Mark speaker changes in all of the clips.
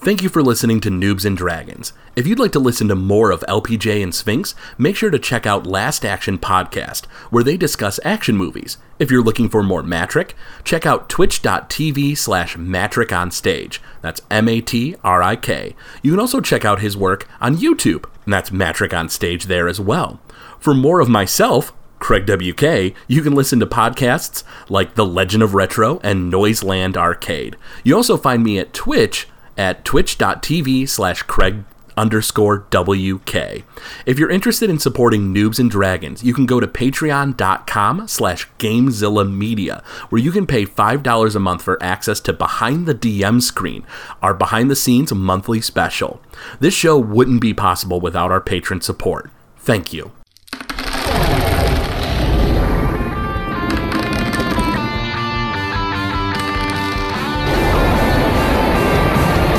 Speaker 1: Thank you for listening to Noobs and Dragons. If you'd like to listen to more of LPJ and Sphinx, make sure to check out Last Action Podcast, where they discuss action movies. If you're looking for more Matric, check out twitch.tv slash Matric on stage. That's M A T R I K. You can also check out his work on YouTube, and that's Matric on stage there as well. For more of myself, Craig WK, you can listen to podcasts like The Legend of Retro and Noiseland Arcade. You also find me at Twitch at twitch.tv slash Craig underscore WK. If you're interested in supporting Noobs and Dragons, you can go to patreon.com slash Gamezilla Media, where you can pay $5 a month for access to Behind the DM Screen, our behind-the-scenes monthly special. This show wouldn't be possible without our patron support. Thank you.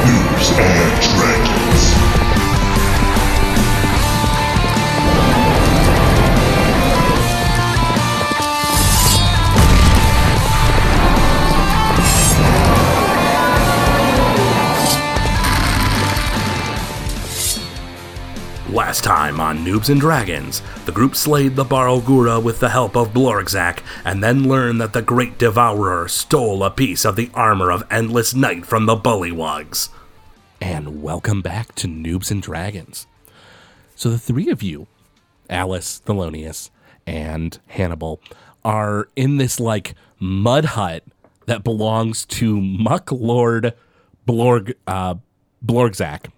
Speaker 2: Noobs and Dragons.
Speaker 1: Last time on Noobs and Dragons, the group slayed the Barogura with the help of Blorxac, and then learned that the Great Devourer stole a piece of the armor of Endless Night from the Bullywugs. And welcome back to Noobs and Dragons. So the three of you, Alice, Thelonious, and Hannibal, are in this like mud hut that belongs to Muck Lord Blorg uh, Blorgzak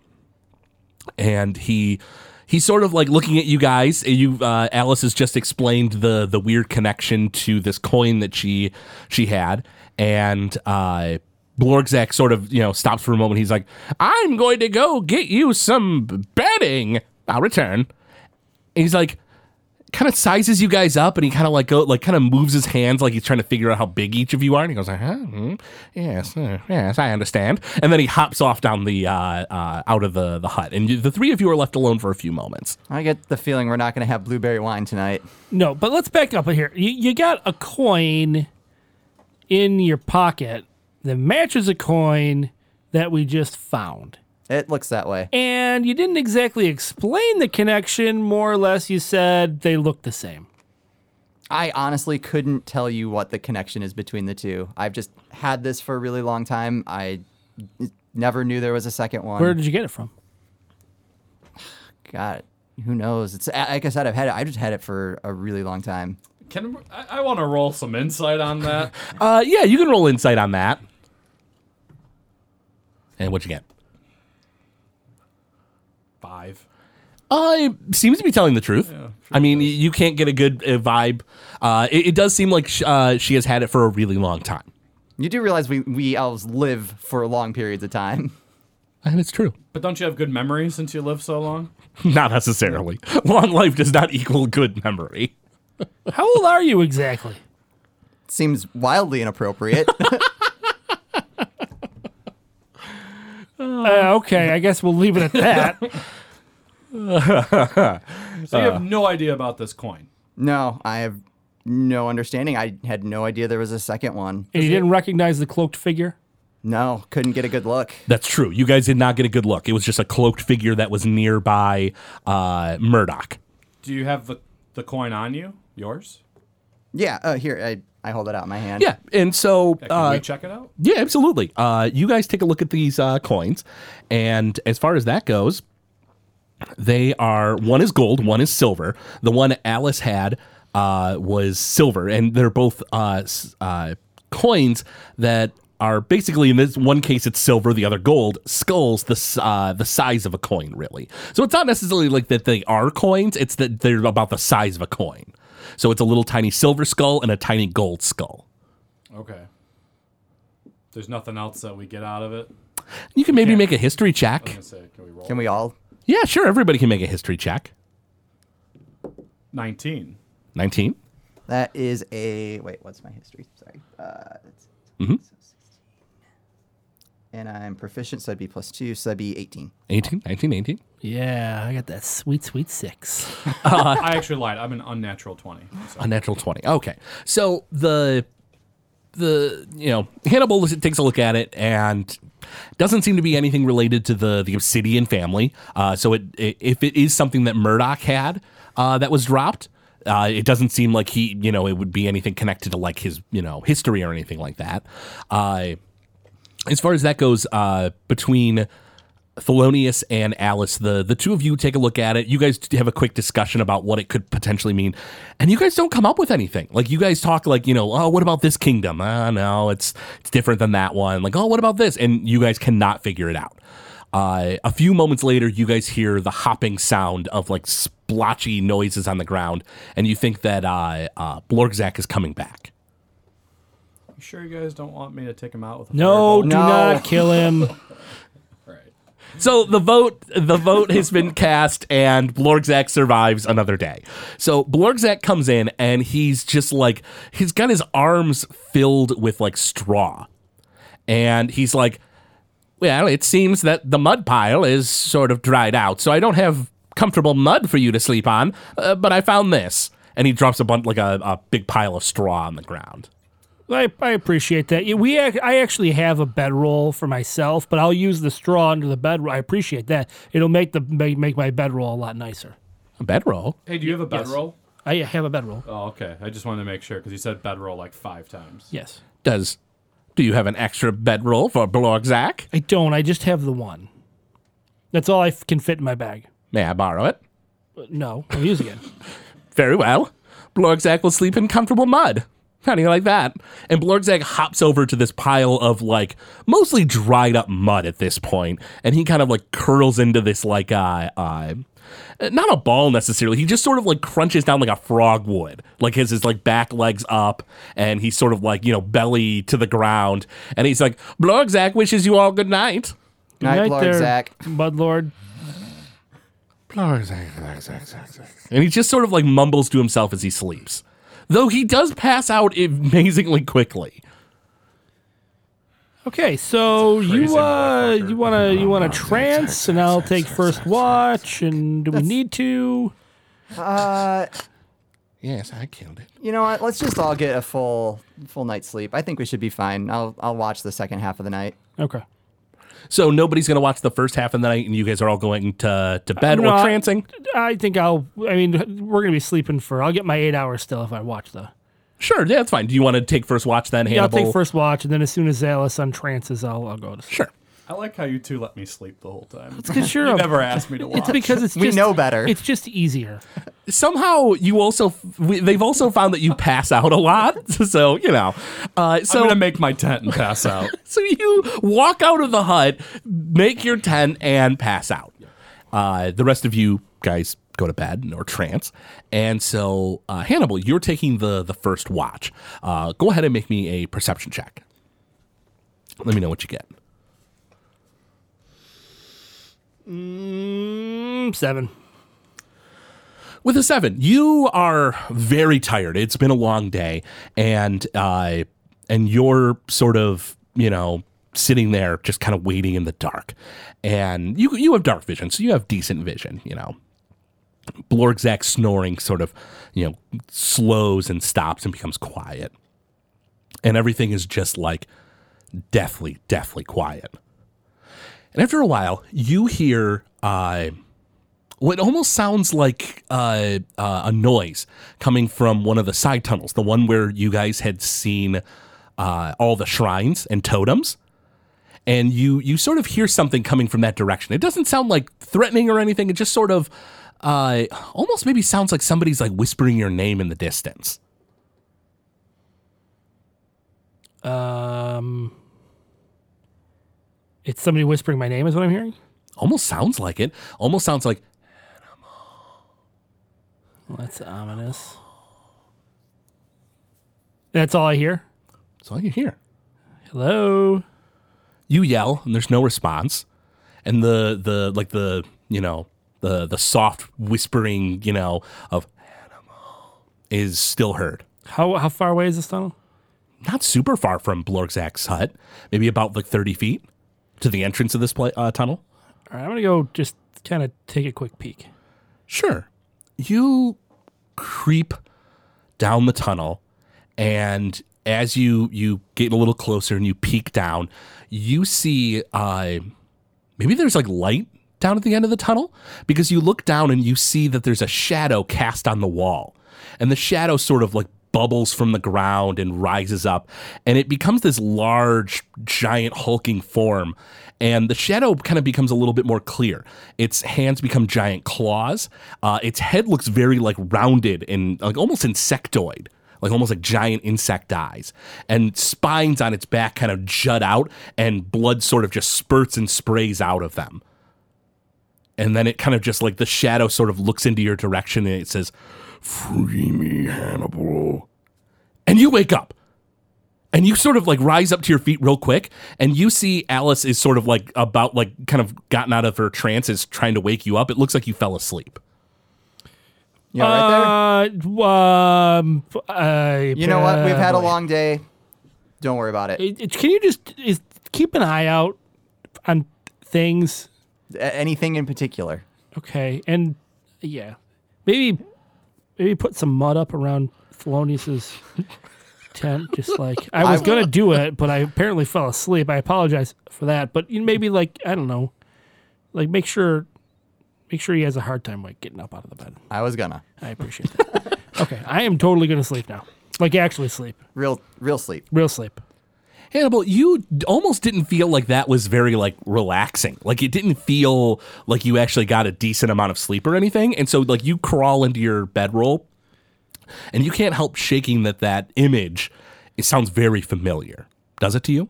Speaker 1: and he he's sort of like looking at you guys you uh, alice has just explained the the weird connection to this coin that she she had and uh Blorgzak sort of, you know, stops for a moment. He's like, I'm going to go get you some bedding. I'll return. And he's like, kind of sizes you guys up and he kind of like go like kind of moves his hands like he's trying to figure out how big each of you are and he goes like huh hmm, yes uh, yes i understand and then he hops off down the uh, uh, out of the the hut and you, the three of you are left alone for a few moments
Speaker 3: I get the feeling we're not going to have blueberry wine tonight.
Speaker 4: No, but let's back up here. You, you got a coin in your pocket that matches a coin that we just found.
Speaker 3: It looks that way.
Speaker 4: And you didn't exactly explain the connection. More or less, you said they look the same.
Speaker 3: I honestly couldn't tell you what the connection is between the two. I've just had this for a really long time. I never knew there was a second one.
Speaker 4: Where did you get it from?
Speaker 3: God, who knows? It's like I said, I've had it. I just had it for a really long time.
Speaker 5: Can I, I want to roll some insight on that?
Speaker 1: uh yeah you can roll insight on that and what you get
Speaker 5: Five.
Speaker 1: Uh, it seems to be telling the truth. I mean, y you can't get a good uh, vibe. Uh, it, it does seem like sh- uh, she has had it for a really long time,
Speaker 3: You do realize we, we elves live for long periods of time.
Speaker 1: and it's true.
Speaker 5: But don't you have good memories since you lived so long?
Speaker 1: Not necessarily. Long life does not equal good memory.
Speaker 4: How old are you exactly?
Speaker 3: Seems wildly inappropriate.
Speaker 4: Uh, okay, I guess we'll leave it at that.
Speaker 5: So
Speaker 4: Uh.
Speaker 5: you have no idea about this coin.
Speaker 3: no, I have no understanding. I had no idea there was a second one.
Speaker 4: and you didn't recognize the cloaked figure?
Speaker 3: No, couldn't get a good look.
Speaker 1: That's true. You guys did not get a good look. It was just a cloaked figure that was nearby uh, Murdoch.
Speaker 5: Do you have the, the coin on you? Yours?
Speaker 3: Yeah, uh, here, I, I hold it out in my hand.
Speaker 1: Yeah, and so
Speaker 5: Yeah, Can
Speaker 1: uh,
Speaker 5: we check it out?
Speaker 1: yeah, absolutely. Uh, you guys take a look at these uh, coins, and as far as that goes, they are one is gold, one is silver. The one Alice had uh, was silver, and they're both uh, s- uh, coins that are basically in this one case it's silver, the other gold. Skulls the s- uh, the size of a coin, really. So it's not necessarily like that they are coins; it's that they're about the size of a coin. So it's a little tiny silver skull and a tiny gold skull.
Speaker 5: Okay. There's nothing else that we get out of it. I'm
Speaker 1: You can maybe make a history check.
Speaker 5: gonna say, can we roll?
Speaker 3: Can we all?
Speaker 1: Yeah, sure. Everybody can make a history check.
Speaker 5: 19.
Speaker 1: 19.
Speaker 3: That is a wait. What's my history? Sorry. Uh, it's,
Speaker 4: Mm-hmm.
Speaker 3: And I'm proficient, so I'd be plus two, so I'd be 18.
Speaker 1: 18, 19, 18.
Speaker 4: Yeah, I got that sweet, sweet six. Uh.
Speaker 5: I actually lied. I'm an unnatural 20. So
Speaker 1: A natural 20. Okay. So the
Speaker 6: the you know Hannibal looks- takes a look at it and doesn't seem to be anything related to the the Obsidian family. Uh, so it, i if it is something that Murdoch had uh, that was dropped, uh, it doesn't seem like he you know it would be anything connected to like his you know history or anything like that. Uh, as far as that goes, uh, between Thelonious and Alice, the the two of you take a look at it. You guys have a quick discussion about what it could potentially mean, and you guys don't come up with anything. Like you guys talk like you know, oh, what about this kingdom? Ah, no, it's it's different than that one. Like, oh, what about this? And you guys cannot figure it out. Uh, a few moments later, you guys hear the hopping sound of like splotchy noises on the ground, and you think that uh, uh, Blorgzak is coming back.
Speaker 5: You sure you guys don't want me to take him out with a
Speaker 4: No, do
Speaker 5: fireball?
Speaker 4: not kill him.
Speaker 5: Right.
Speaker 6: So the vote, the vote has been cast, and Blorgzak survives another day. So Blorgzak comes in, and he's just like he's got his arms filled with like straw, and he's like, "Well, it seems that the mud pile is sort of dried out, so I don't have comfortable mud for you to sleep on. Uh, but I found this." And he drops a bunch like a, a big pile of straw on the ground.
Speaker 4: I, I appreciate that. Yeah, We ac- I actually have a bedroll for myself, but I'll use the straw under the bedroll. I appreciate that. It'll make the make, make my bedroll a lot nicer.
Speaker 6: A bedroll.
Speaker 5: Hey, do you have a bedroll?
Speaker 4: I have a bedroll.
Speaker 5: Oh, okay. I just wanted to make sure because you said bedroll like five times.
Speaker 4: Yes.
Speaker 6: Does do you have an extra bedroll for Blorgzak?
Speaker 4: I don't. I just have the one. That's all I f- can fit in my bag.
Speaker 6: May I borrow it?
Speaker 4: But no, I'm using it.
Speaker 6: Very well. Blorgzak will sleep in comfortable mud. How do you like that? And Blorgzak hops over to this pile of like mostly dried up mud at this point, and he kind of like curls into this like uh, uh not a ball necessarily. He just sort of like crunches down like a frog would, like his his like back legs up, and he's sort of like you know belly to the ground, and he's like Blorgzak wishes you all good night.
Speaker 4: Good
Speaker 3: Night, Lord
Speaker 4: there,
Speaker 3: Zach.
Speaker 4: Mudlord.
Speaker 6: And he just sort of like mumbles to himself as he sleeps. Though he does pass out amazingly quickly.
Speaker 4: Okay, so you uh you wanna you wanna trance, and I'll take first watch. And do we need to?
Speaker 6: Yes, I killed it.
Speaker 3: You know what? Let's just all get a full full night's sleep. I think we should be fine. I'll I'll watch the second half of the night.
Speaker 4: Okay.
Speaker 6: So nobody's gonna watch the first half of the night, and you guys are all going to to bed
Speaker 4: No,
Speaker 6: or
Speaker 4: I-
Speaker 6: trancing.
Speaker 4: I think I'll. I mean, we're gonna be sleeping for. I'll get my eight hours still if I watch though.
Speaker 6: Sure, yeah, that's fine. Do you want to take first watch then,
Speaker 4: Yeah, I'll
Speaker 6: Hannibal?
Speaker 4: take first watch, and then as soon as Alice untrances, I'll I'll go to sleep.
Speaker 6: Sure.
Speaker 5: I like how you two let me sleep the whole time.
Speaker 4: Because you're
Speaker 5: You
Speaker 4: a-
Speaker 5: never asked me to watch.
Speaker 4: It's because it's
Speaker 3: We
Speaker 4: just,
Speaker 3: know better.
Speaker 4: It's just easier.
Speaker 6: Somehow you also we, they've also found that you pass out a lot, so you know. Uh, so
Speaker 5: I'm gonna make my tent and pass out.
Speaker 6: So you walk out of the hut, make your tent, and pass out. Uh, the rest of you guys go to bed or trance. And so, uh, Hannibal, you're taking the the first watch. Uh, go ahead and make me a perception check. Let me know what you get.
Speaker 4: Mm, Seven.
Speaker 6: With a seven, you are very tired. It's been a long day, and uh, and you're sort of you know sitting there just kind of waiting in the dark, and you you have dark vision, so you have decent vision, you know. Blorgzak snoring sort of, you know, slows and stops and becomes quiet. And everything is just like deathly, deathly quiet. And after a while, you hear uh, what almost sounds like uh, uh, a noise coming from one of the side tunnels, the one where you guys had seen uh, all the shrines and totems. And you you sort of hear something coming from that direction. It doesn't sound like threatening or anything. It just sort of uh, almost maybe sounds like somebody's like whispering your name in the distance.
Speaker 4: Um, it's somebody whispering my name is what I'm hearing.
Speaker 6: Almost sounds like it. Almost sounds like
Speaker 4: Well, that's ominous. That's all I hear.
Speaker 6: that's all you hear.
Speaker 4: Hello.
Speaker 6: you yell and there's no response and the the like the you know the the soft whispering you know of animal is still heard
Speaker 4: How how far away is this tunnel?
Speaker 6: not super far from blorgzak's hut maybe about like 30 feet to the entrance of this pla uh, tunnel
Speaker 4: All right, I'm gonna go just kind of take a quick peek.
Speaker 6: Sure. You creep down the tunnel, and as you you get a little closer and you peek down, you see uh, maybe there's like light down at the end of the tunnel because you look down and you see that there's a shadow cast on the wall, and the shadow sort of like bubbles from the ground and rises up and it becomes this large giant hulking form and the shadow kind of becomes a little bit more clear its hands become giant claws uh, its head looks very like rounded and like almost insectoid like almost like giant insect eyes and spines on its back kind of jut out and blood sort of just spurts and sprays out of them and then it kind of just like the shadow sort of looks into your direction and it says free me hannibal and you wake up and you sort of like rise up to your feet real quick and you see alice is sort of like about like kind of gotten out of her trance is trying to wake you up it looks like you fell asleep
Speaker 3: You all right there?
Speaker 4: Uh, um, I,
Speaker 3: You know what? We've had a
Speaker 4: uh,
Speaker 3: long day. Don't worry about it.
Speaker 4: it- it- Can you just is, keep an eye out on things?
Speaker 3: A- Anything in particular?
Speaker 4: Okay, and yeah, maybe maybe put some mud up around Thelonious's tent, just like I was gonna do it, but I apparently fell asleep. I apologize for that, but you know, maybe like I don't know, like make sure make sure he has a hard time like getting up out of the bed.
Speaker 3: I was gonna.
Speaker 4: I appreciate that. okay, I am totally gonna sleep now, like actually sleep,
Speaker 3: Real, real sleep.
Speaker 4: real sleep.
Speaker 6: Hannibal, you d- almost didn't feel like that was very like relaxing. Like it didn't feel like you actually got a decent amount of sleep or anything. And so like you crawl into your bedroll and you can't help shaking that that image. It sounds very familiar. Does it to you?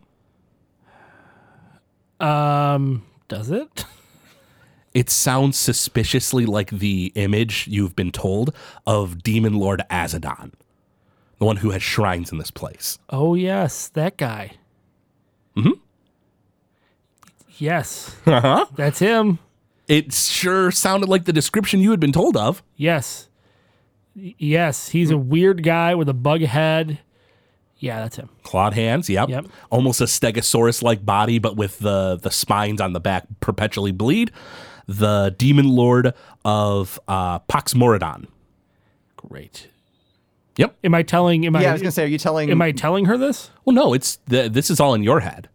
Speaker 4: Um, does it?
Speaker 6: It sounds suspiciously like the image you've been told of Demon Lord Azadon, the one who has shrines in this place.
Speaker 4: Oh yes, that guy. Mm-hmm. Hmm. Yes,
Speaker 6: Uh-huh.
Speaker 4: that's him.
Speaker 6: It sure sounded like the description you had been told of.
Speaker 4: Yes. Y- Yes, he's a weird guy with a bug head. Yeah, that's him.
Speaker 6: clawed hands. Yep.
Speaker 4: Yep.
Speaker 6: Almost a stegosaurus like body, but with the the spines on the back perpetually bleed. The demon lord of uh, Pax Moradon.
Speaker 4: Great.
Speaker 6: Yep.
Speaker 4: Am I telling am
Speaker 3: Yeah, I
Speaker 4: I,
Speaker 3: was gonna say, mm. are you telling?
Speaker 4: am I telling her this?
Speaker 6: Well, no, it's the, this is all in your head.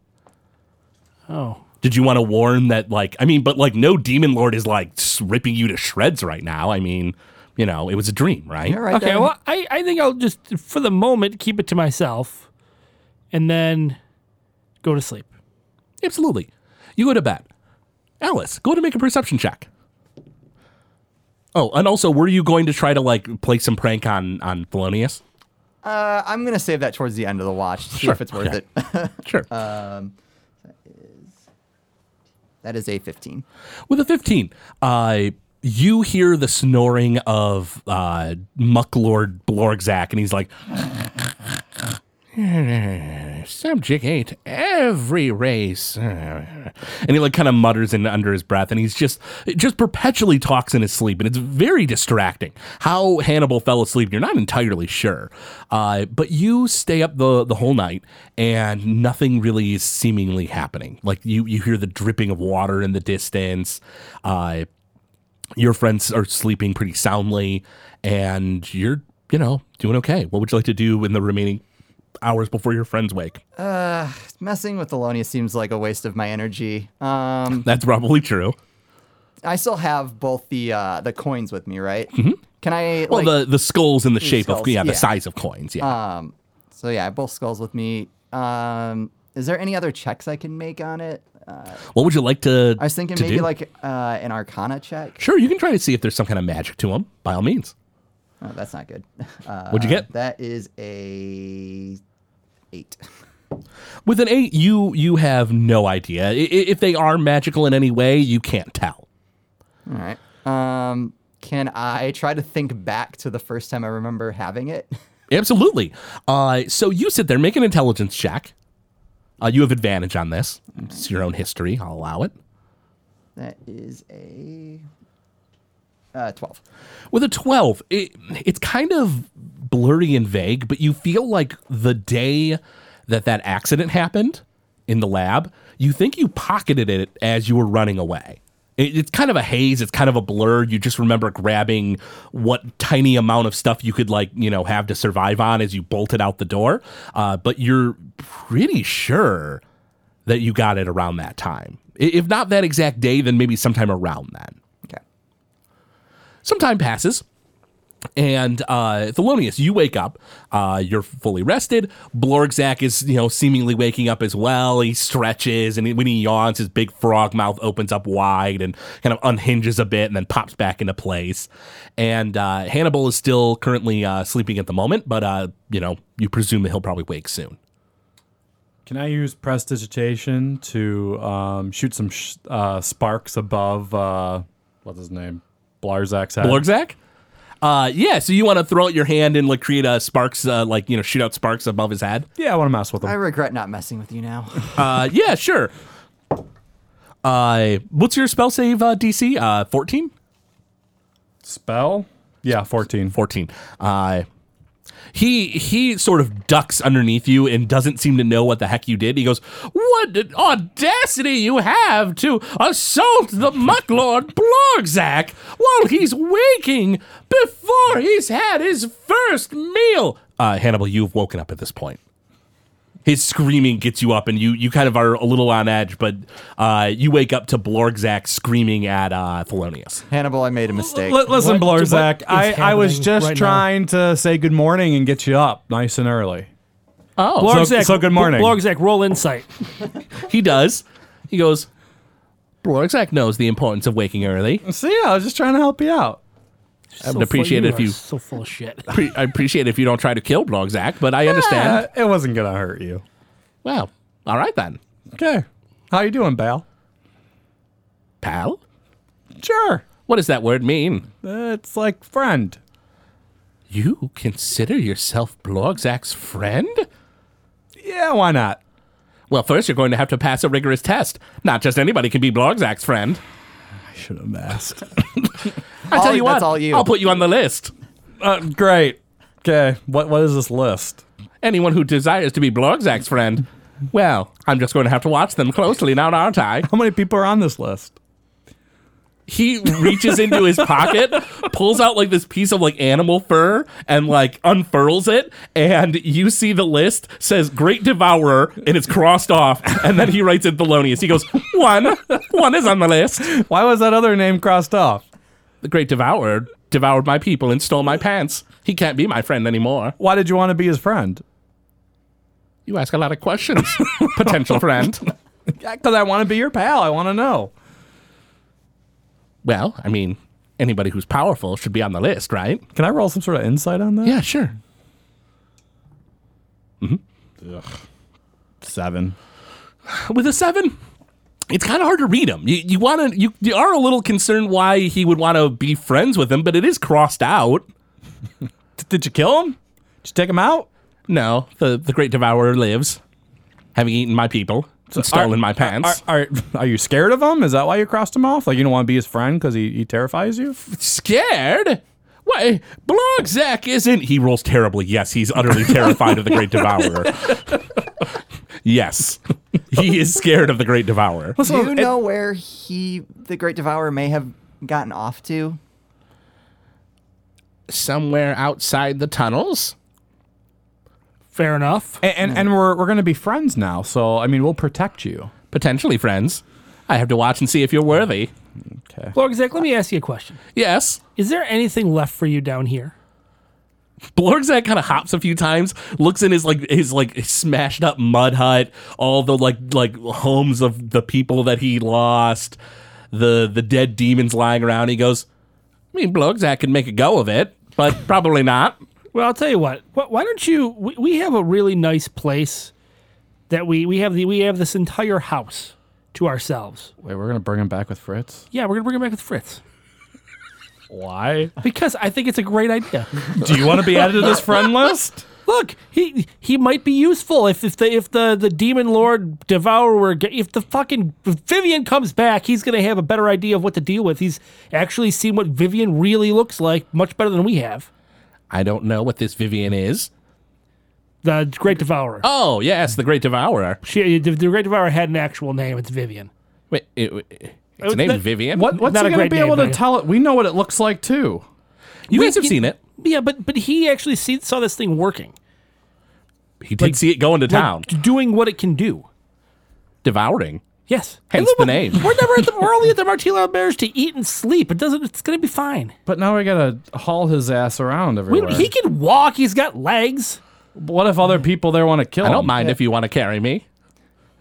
Speaker 4: Oh.
Speaker 6: Did you want to warn that? Like, I mean, but like, no demon lord is like s- ripping you to shreds right now. I mean, you know, it was a dream, right?
Speaker 3: You're right.
Speaker 4: Okay,
Speaker 3: there.
Speaker 4: well I, I think I'll just for the moment keep it to myself and then go to sleep.
Speaker 6: Absolutely. You go to bed. Alice, go to make a perception check. Oh, and also, were you going to try to like play some prank on on Thelonious?
Speaker 3: uh, I'm gonna save that towards the end of the watch to see if it's worth
Speaker 6: okay.
Speaker 3: it.
Speaker 6: Sure.
Speaker 3: Uh, that is a 15.
Speaker 6: With a 15, uh, you hear the snoring of uh, Mucklord Blorgzak, and he's like, Subject 8, every race. And he like kind of mutters in under his breath, and he's just it just perpetually talks in his sleep, and it's very distracting. How Hannibal fell asleep, you're not entirely sure. Uh, but you stay up the, the whole night, and nothing really is seemingly happening. Like you, you hear the dripping of water in the distance. Uh, your friends are sleeping pretty soundly, and you're, you know, doing okay. What would you like to do in the remaining hours before your friends wake?
Speaker 3: Messing with Elonia seems like a waste of my energy. Um,
Speaker 6: That's probably true.
Speaker 3: I still have both the uh, the coins with me, right? Can I?
Speaker 6: Mm-hmm. Well,
Speaker 3: like,
Speaker 6: the the skulls in the shape of
Speaker 3: skulls,
Speaker 6: yeah, the
Speaker 3: yeah. Uh,
Speaker 6: size of coins. Yeah.
Speaker 3: So yeah, I have both skulls with me. Um, is there any other checks I can make on it?
Speaker 6: what would you like to?
Speaker 3: I was thinking
Speaker 6: to
Speaker 3: maybe
Speaker 6: do?
Speaker 3: like uh, an Arcana check.
Speaker 6: Sure, you can try to see if there's some kind of magic to them. By all means.
Speaker 3: Oh, that's not good. Uh,
Speaker 6: What'd you get?
Speaker 3: That is a eight.
Speaker 6: With an eight, you you have no idea I- i- if they are magical in any way. You can't tell.
Speaker 3: All right. Um, can I try to think back to the first time I remember having it?
Speaker 6: Absolutely. Uh, so you sit there, make an intelligence check. Uh, you have advantage on this. It's your own history. I'll allow it.
Speaker 3: That is a uh, twelve.
Speaker 6: With a 12, it, it's kind of blurry and vague, but you feel like the day that that accident happened in the lab, you think you pocketed it as you were running away. It, it's kind of a haze. It's kind of a blur. You just remember grabbing what tiny amount of stuff you could like you know have to survive on as you bolted out the door. Uh, but you're pretty sure that you got it around that time. I- If not that exact day, then maybe sometime around then.
Speaker 3: Okay.
Speaker 6: Some time passes, and uh, Thelonious, you wake up. Uh, you're fully rested. Blorgzak is, you know, seemingly waking up as well. He stretches, and when he yawns, his big frog mouth opens up wide and kind of unhinges a bit, and then pops back into place. And uh, Hannibal is still currently uh, sleeping at the moment, but uh, you know, you presume that he'll probably wake soon.
Speaker 5: Can I use prestidigitation to um, shoot some sh- uh, sparks above uh, what's his name, Blarzak's head?
Speaker 6: Blorgzak? Uh, yeah. So you want to throw out your hand and like create a sparks, uh, like you know, shoot out sparks above his head.
Speaker 5: yeah, I want to mess with
Speaker 3: I
Speaker 5: him.
Speaker 3: regret not messing with you now.
Speaker 6: Uh, yeah, sure. Uh, what's your spell save uh, DC? Uh, 14?
Speaker 5: Spell? Yeah, fourteen.
Speaker 6: 14. Uh, he he sort of ducks underneath you and doesn't seem to know what the heck you did. He goes, "What an audacity you have to assault the Mucklord Blorgzak while he's waking before he's had his first meal." Uh, Hannibal, you've woken up at this point. His screaming gets you up, and you you kind of are a little on edge, but uh, you wake up to Blorgzak screaming at uh, Thelonious.
Speaker 3: Hannibal, I made a mistake.
Speaker 5: L- listen,
Speaker 4: What- what
Speaker 5: Blarzak,
Speaker 4: is
Speaker 5: I, I was
Speaker 4: happening
Speaker 5: just
Speaker 4: right now?
Speaker 5: trying to say good morning and get you up nice and early.
Speaker 6: Oh,
Speaker 4: Blorgzak,
Speaker 5: so good morning.
Speaker 4: Blorgzak, roll insight.
Speaker 6: He does. He goes, Blorgzak knows the importance of waking early.
Speaker 5: See, I was just trying to help you out.
Speaker 4: I
Speaker 6: would appreciate it if you-
Speaker 4: So full of shit.
Speaker 6: Pre- I appreciate if you don't try to kill Blorgzak, but I
Speaker 3: Ah.
Speaker 6: understand.
Speaker 5: Uh, it wasn't gonna hurt you.
Speaker 6: Well, all right then,
Speaker 5: Okay, how you doing, Bal?
Speaker 6: pal.
Speaker 5: Sure.
Speaker 6: What does that word mean?
Speaker 5: Uh, it's like friend.
Speaker 6: You consider yourself Blorgzak's friend?
Speaker 5: Yeah, why not?
Speaker 6: Well, first you're going to have to pass a rigorous test. Not just anybody can be Blorgzak's friend.
Speaker 5: I should have asked.
Speaker 6: I tell
Speaker 3: All-
Speaker 6: you what,
Speaker 3: that's all you.
Speaker 6: I'll put you on the list.
Speaker 5: uh, great. Okay, what what is this list?
Speaker 6: Anyone who desires to be Blorgzak's friend, well, I'm just going to have to watch them closely now, aren't I?
Speaker 5: How many people are on this list?
Speaker 6: he reaches into his pocket, pulls out like this piece of like animal fur and like unfurls it and you see the list says great devourer and it's crossed off and then he writes in Thelonious. He goes, "One, one is on the list.
Speaker 5: Why was that other name crossed off?
Speaker 6: The great devourer devoured my people and stole my pants. He can't be my friend anymore."
Speaker 5: Why did you want to be his friend?
Speaker 6: You ask a lot of questions, potential friend.
Speaker 5: Because I want to be your pal. I want to know.
Speaker 6: Well, I mean, anybody who's powerful should be on the list, right?
Speaker 5: Can I roll some sort of insight on that?
Speaker 6: Yeah, sure.
Speaker 5: Seven.
Speaker 6: Mm-hmm. with a seven, it's kind of hard to read him. You, you want to you, you are a little concerned why he would want to be friends with him, but it is crossed out.
Speaker 5: D- did you kill him? Did you take him out?
Speaker 6: No, the the great devourer lives, having eaten my people, and stolen
Speaker 5: Are-
Speaker 6: my pants.
Speaker 5: Are, are, are you scared of him? Is that why you crossed him off? Like you don't want to be his friend because he, he terrifies you?
Speaker 6: Scared? Why, Blogzak isn't. He rolls terribly. Yes, he's utterly terrified of the Great Devourer. yes, he is scared of the Great Devourer.
Speaker 3: Do you know where he, the Great Devourer, may have gotten off to?
Speaker 6: Somewhere outside the tunnels.
Speaker 4: Fair enough.
Speaker 5: And and, and we're, we're going to be friends now. So, I mean, we'll protect you.
Speaker 6: Potentially friends. I have to watch and see if you're worthy.
Speaker 5: Okay.
Speaker 4: Blorgzak, let me ask you a question.
Speaker 6: Yes.
Speaker 4: Is there anything left for you down here?
Speaker 6: Blorgzak kind of hops a few times, looks in his like his like smashed up mud hut, all the like like homes of the people that he lost, the the dead demons lying around. He goes, I mean, Blorgzak could make a go of it, but probably not.
Speaker 4: Well, I'll tell you what. Wh- Why don't you? We, we have a really nice place that we we have the we have this entire house to ourselves.
Speaker 5: Wait, we're going to bring him back with Fritz?
Speaker 4: Yeah, we're gonna bring it back with Fritz
Speaker 5: Why?
Speaker 4: because I think it's a great idea.
Speaker 5: Do you want to be added to this friend list?
Speaker 4: Look, he he might be useful if if the if the, the demon lord devourer ge- if the fucking if Vivian comes back, he's gonna have a better idea of what to deal with. He's actually seen what Vivian really looks like much better than we have.
Speaker 6: I don't know what this Vivian is.
Speaker 4: The Great Devourer.
Speaker 6: Oh yes, the Great Devourer.
Speaker 4: She, the, the Great Devourer had an actual name. It's Vivian.
Speaker 6: Wait, it, it- It's named Vivian.
Speaker 5: What, what's
Speaker 4: Not
Speaker 5: he
Speaker 4: a
Speaker 5: going to
Speaker 4: great
Speaker 5: be
Speaker 4: name,
Speaker 5: able to
Speaker 4: right?
Speaker 5: tell it? We know what it looks like too.
Speaker 6: You
Speaker 4: We
Speaker 6: guys have
Speaker 4: can-
Speaker 6: seen it.
Speaker 4: Yeah, but but he actually see, saw this thing working,
Speaker 6: He did
Speaker 4: Like-
Speaker 6: see it going to
Speaker 4: like,
Speaker 6: town,
Speaker 4: doing what it can do.
Speaker 6: devouring.
Speaker 4: Yes,
Speaker 6: Hence
Speaker 4: look,
Speaker 6: the name.
Speaker 4: We're never at the, we're only at the Martino Bears to eat and sleep. It doesn't. It's gonna be fine.
Speaker 5: But now we got to haul his ass around
Speaker 4: We-
Speaker 5: everywhere.
Speaker 4: he can walk. He's got legs.
Speaker 5: what if other people there want to kill
Speaker 6: I
Speaker 5: him?
Speaker 6: don't mind if you want to carry me.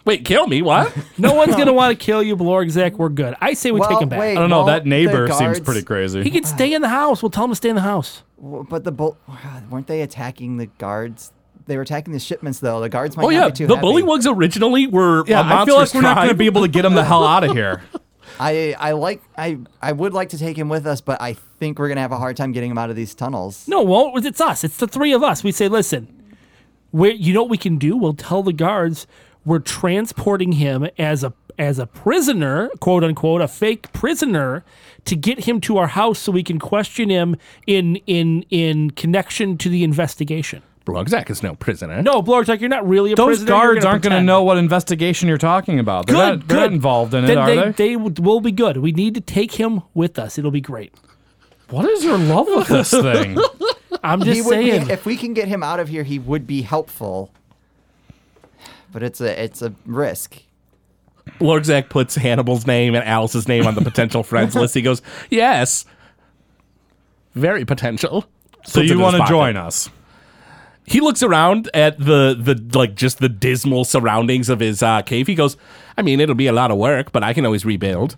Speaker 6: Wait, kill me? What?
Speaker 4: No one's gonna want to kill you, Blorgzak. We're good. I say we
Speaker 3: Well,
Speaker 4: take him back. Um,
Speaker 3: wait.
Speaker 5: I don't know.
Speaker 3: Well,
Speaker 5: That
Speaker 3: the
Speaker 5: neighbor seems
Speaker 3: guards-
Speaker 5: pretty crazy.
Speaker 4: He can stay in the house. We'll tell him to stay in the house.
Speaker 3: W- But the bull weren't they attacking the guards? They were attacking the shipments though. The guards might
Speaker 6: Oh
Speaker 3: not
Speaker 6: yeah,
Speaker 3: be too
Speaker 6: the
Speaker 3: happy.
Speaker 6: bullywugs originally were
Speaker 5: yeah,
Speaker 6: a
Speaker 5: I feel like
Speaker 6: monstrous
Speaker 5: we're not going to
Speaker 6: tribe.
Speaker 5: be able to get him the hell out of here.
Speaker 3: I I like I I would like to take him with us, but I think we're gonna have a hard time getting him out of these tunnels.
Speaker 4: No, well, it's us. It's the three of us. We say, listen, we you know what we can do? We'll tell the guards we're transporting him as a as a prisoner, quote unquote, a fake prisoner, to get him to our house so we can question him in in in connection to the investigation.
Speaker 6: Blorgzak is no prisoner.
Speaker 4: No, Blorchuk, you're not really a
Speaker 5: Those
Speaker 4: prisoner.
Speaker 5: guards
Speaker 4: you're
Speaker 5: aren't going to
Speaker 4: pretend.
Speaker 5: know what investigation you're talking about. They're,
Speaker 4: Good,
Speaker 5: not,
Speaker 4: good.
Speaker 5: they're not involved in it,
Speaker 4: Then
Speaker 5: are
Speaker 4: they,
Speaker 5: they?
Speaker 4: they w- will be good. We need to take him with us. It'll be great.
Speaker 5: What is your love with this thing?
Speaker 4: I'm
Speaker 3: he
Speaker 4: just
Speaker 3: would be,
Speaker 4: saying.
Speaker 3: if we can get him out of here, he would be helpful. But it's a it's a risk.
Speaker 6: Blorgzak puts Hannibal's name and Alice's name on the potential friends list. He goes, "Yes, very potential."
Speaker 5: so you want to join us?
Speaker 6: He looks around at the the like just the dismal surroundings of his uh, cave. He goes, "I mean, it'll be a lot of work, but I can always rebuild."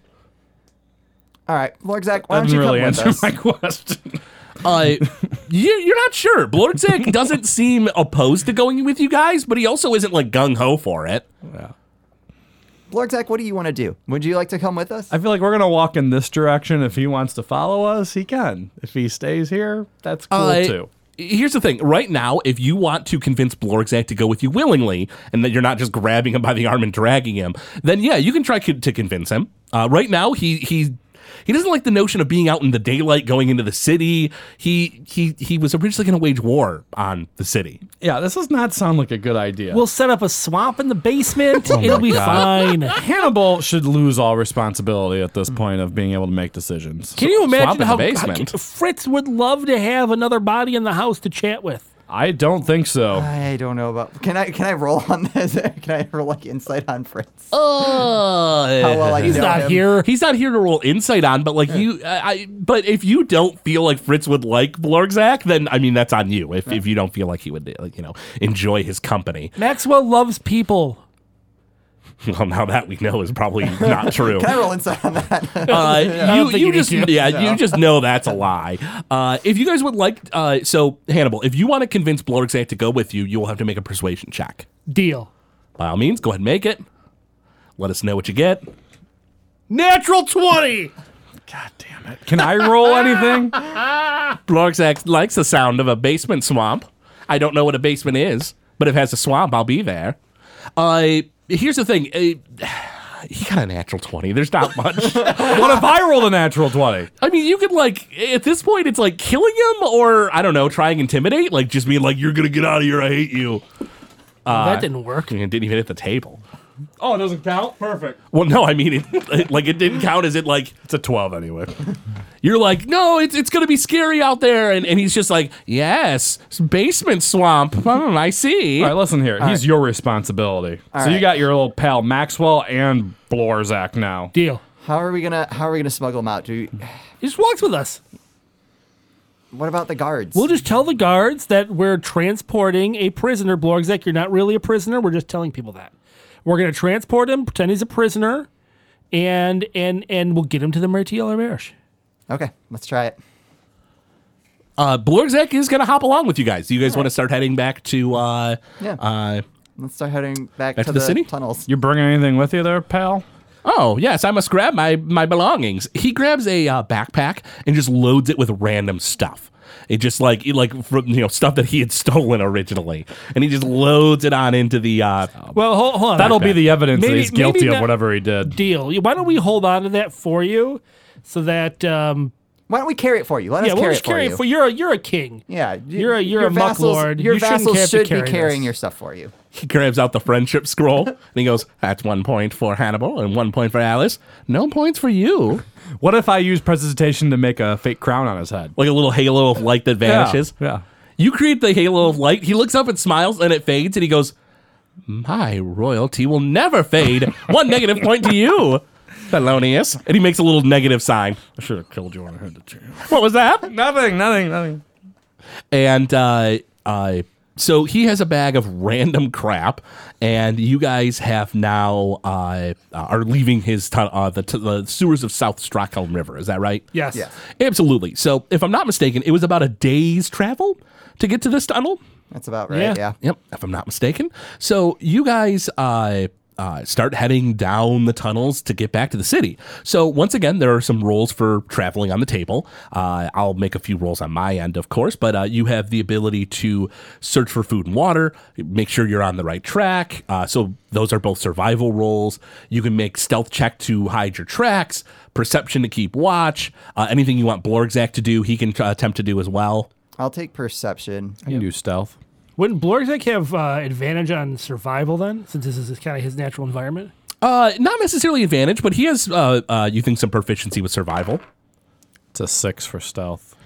Speaker 3: All right, Lord Zach, why
Speaker 5: That
Speaker 3: don't
Speaker 5: doesn't
Speaker 3: you
Speaker 5: really
Speaker 3: come
Speaker 5: answer
Speaker 3: with us?
Speaker 5: my question.
Speaker 6: Uh, you, you're not sure. Blorczak doesn't seem opposed to going with you guys, but he also isn't like gung ho for it.
Speaker 3: Lord Zach, what do you want to do? Would you like to come with us?
Speaker 5: I feel like we're gonna walk in this direction. If he wants to follow us, he can. If he stays here, that's cool
Speaker 6: Uh,
Speaker 5: too.
Speaker 6: Here's the thing. Right now, if you want to convince Blorczak to go with you willingly, and that you're not just grabbing him by the arm and dragging him, then yeah, you can try co- to convince him. Uh, right now, he he he doesn't like the notion of being out in the daylight, going into the city. He he he was originally going to wage war on the city.
Speaker 5: Yeah, this does not sound like a good idea.
Speaker 4: We'll set up a swamp in the basement.
Speaker 5: Oh
Speaker 4: It'll be fine.
Speaker 5: Hannibal should lose all responsibility at this point of being able to make decisions.
Speaker 4: Can you
Speaker 6: swamp
Speaker 4: imagine
Speaker 6: in
Speaker 4: how,
Speaker 6: the basement.
Speaker 4: how- Fritz would love to have another body in the house to chat with?
Speaker 5: I don't think so.
Speaker 3: I don't know about. Can I can I roll on this? can I roll like insight on Fritz?
Speaker 4: Oh.
Speaker 3: How well I
Speaker 4: He's
Speaker 3: know
Speaker 4: not
Speaker 3: him.
Speaker 4: here.
Speaker 6: He's not here to roll insight on, but like you, I, I- but if you don't feel like Fritz would like Blorczak, then I mean that's on you. If, if you don't feel like he would, like, you know, enjoy his company.
Speaker 4: Maxwell loves people.
Speaker 6: Well, now that we know is probably not true.
Speaker 3: Can I roll insight on that?
Speaker 6: Uh, you,
Speaker 4: don't think you
Speaker 6: you
Speaker 4: need
Speaker 6: just
Speaker 4: to.
Speaker 6: yeah, you just know that's a lie. Uh, if you guys would like, uh, so Hannibal, if you want to convince Blorczak to go with you, you will have to make a persuasion check.
Speaker 4: Deal.
Speaker 6: By all means, go ahead and make it. Let us know what you get.
Speaker 4: Natural 20.
Speaker 5: Can I roll anything?
Speaker 6: Blorczak likes the sound of a basement swamp. I don't know what a basement is, but if it has a swamp, I'll be there. Uh, here's the thing. Uh, he got a natural 20. There's not much.
Speaker 5: What if I roll a natural twenty?
Speaker 6: I mean, you could, like, at this point, it's like killing him or, I don't know, trying intimidate. Like, just being like, you're going to get out of here. I hate you.
Speaker 5: Uh,
Speaker 4: that didn't work.
Speaker 6: And it didn't even hit the table.
Speaker 5: Oh, it doesn't count. Perfect.
Speaker 6: Well, no, I mean, it, like, it didn't count as it, like,
Speaker 5: It's a twelve anyway.
Speaker 6: you're like, no, it's, it's going to be scary out there. And, and he's just like, yes, basement swamp. Hmm, I see.
Speaker 5: All right, listen here. He's your responsibility. so you
Speaker 3: right.
Speaker 5: got your little pal Maxwell and Blorzak now.
Speaker 4: Deal.
Speaker 3: How are we gonna How are we gonna smuggle him out? Do we,
Speaker 4: He just walks with us.
Speaker 3: what about the guards?
Speaker 4: We'll just tell the guards that we're transporting a prisoner. Blorgzek, you're not really a prisoner. We're just telling people that. We're going to transport him, pretend he's a prisoner, and and and we'll get him to the Martial Armerish.
Speaker 3: okay, let's try it.
Speaker 6: uh, Blorczak is going to hop along with you guys. You guys want to start heading back to uh,
Speaker 3: Yeah.
Speaker 6: uh,
Speaker 3: Let's start heading back,
Speaker 6: Back to the city?
Speaker 3: tunnels.
Speaker 5: You bring anything with you there, pal?
Speaker 6: oh yes, I must grab my my belongings. He grabs a uh, backpack and just loads it with random stuff. It just like it like from, you know stuff that he had stolen originally, and he just loads it on into the. Uh,
Speaker 4: Well, hold, hold on.
Speaker 5: That'll be the evidence that
Speaker 4: Maybe-
Speaker 5: he's guilty
Speaker 4: maybe
Speaker 5: of
Speaker 4: not-
Speaker 5: whatever he did.
Speaker 4: deal. Why don't we hold on to that for you so that um,
Speaker 3: Why don't we carry it for you? Let
Speaker 4: Yeah,
Speaker 3: us
Speaker 4: we'll
Speaker 3: carry it
Speaker 4: just
Speaker 3: for
Speaker 4: carry
Speaker 3: you.
Speaker 4: it for you. You're a you're a king.
Speaker 3: Yeah,
Speaker 4: You're a- you're
Speaker 3: your
Speaker 4: a muck
Speaker 3: vassals-
Speaker 4: lord.
Speaker 3: Your
Speaker 4: You shouldn't
Speaker 3: vassals
Speaker 4: have to
Speaker 3: should
Speaker 4: carry
Speaker 3: be
Speaker 4: this.
Speaker 3: carrying your stuff for you.
Speaker 6: He grabs out the friendship scroll and he goes, That's one point for Hannibal and one point for Alice. No points for you.
Speaker 5: What if I use prestidigitation to make a fake crown on his head?
Speaker 6: Like a little halo of light that
Speaker 5: Yeah,
Speaker 6: vanishes.
Speaker 5: Yeah.
Speaker 6: You create the halo of light. He looks up and smiles and it fades and he goes, My royalty will never fade. One negative point to you, Thelonious. And he makes a little negative sign.
Speaker 5: I should have killed you when I heard the tune.
Speaker 6: What was that?
Speaker 5: Nothing, nothing, nothing.
Speaker 6: and uh, uh, so he has a bag of random crap, and you guys have now uh, are leaving his tu- uh, the, t- the sewers of South Stockholm River. Is that right?
Speaker 4: Yes.
Speaker 3: Yeah.
Speaker 6: Absolutely. So, if I'm not mistaken, it was about a day's travel to get to this tunnel.
Speaker 3: That's about right.
Speaker 4: Yeah.
Speaker 3: Yeah.
Speaker 6: Yep, if I'm not mistaken. So you guys uh, uh, start heading down the tunnels to get back to the city. So once again, there are some rolls for traveling on the table. Uh, I'll make a few rolls on my end, of course, but uh, you have the ability to search for food and water, make sure you're on the right track. Uh, so those are both survival rolls. You can make stealth check to hide your tracks, perception to keep watch. Uh, anything you want Blorgzak to do, he can uh, attempt to do as well.
Speaker 3: I'll take perception.
Speaker 5: I can do stealth.
Speaker 4: Wouldn't Blorgzak have uh, advantage on survival then, since this is kind of his natural environment?
Speaker 6: Uh, not necessarily advantage, but he has, uh, uh, you think, some proficiency with survival.
Speaker 5: It's a six for stealth.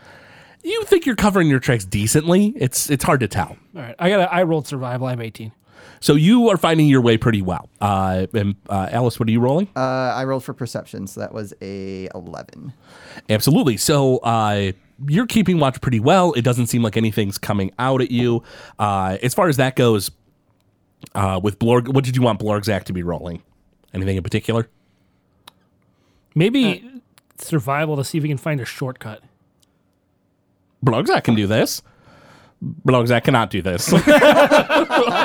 Speaker 6: You think you're covering your tracks decently. It's it's hard to tell.
Speaker 4: All right, I got. I rolled survival. I'm 18.
Speaker 6: So you are finding your way pretty well. Uh, and uh, Alice, what are you rolling?
Speaker 3: Uh, I rolled for perception, so that was a eleven.
Speaker 6: Absolutely. So uh, you're keeping watch pretty well. It doesn't seem like anything's coming out at you. Uh, as far as that goes, uh, with Blorg, what did you want Blorgzak to be rolling? Anything in particular?
Speaker 4: Maybe
Speaker 3: Uh.
Speaker 4: survival to see if we can find a shortcut.
Speaker 6: Blogzak can do this. Blogzak cannot do this. uh,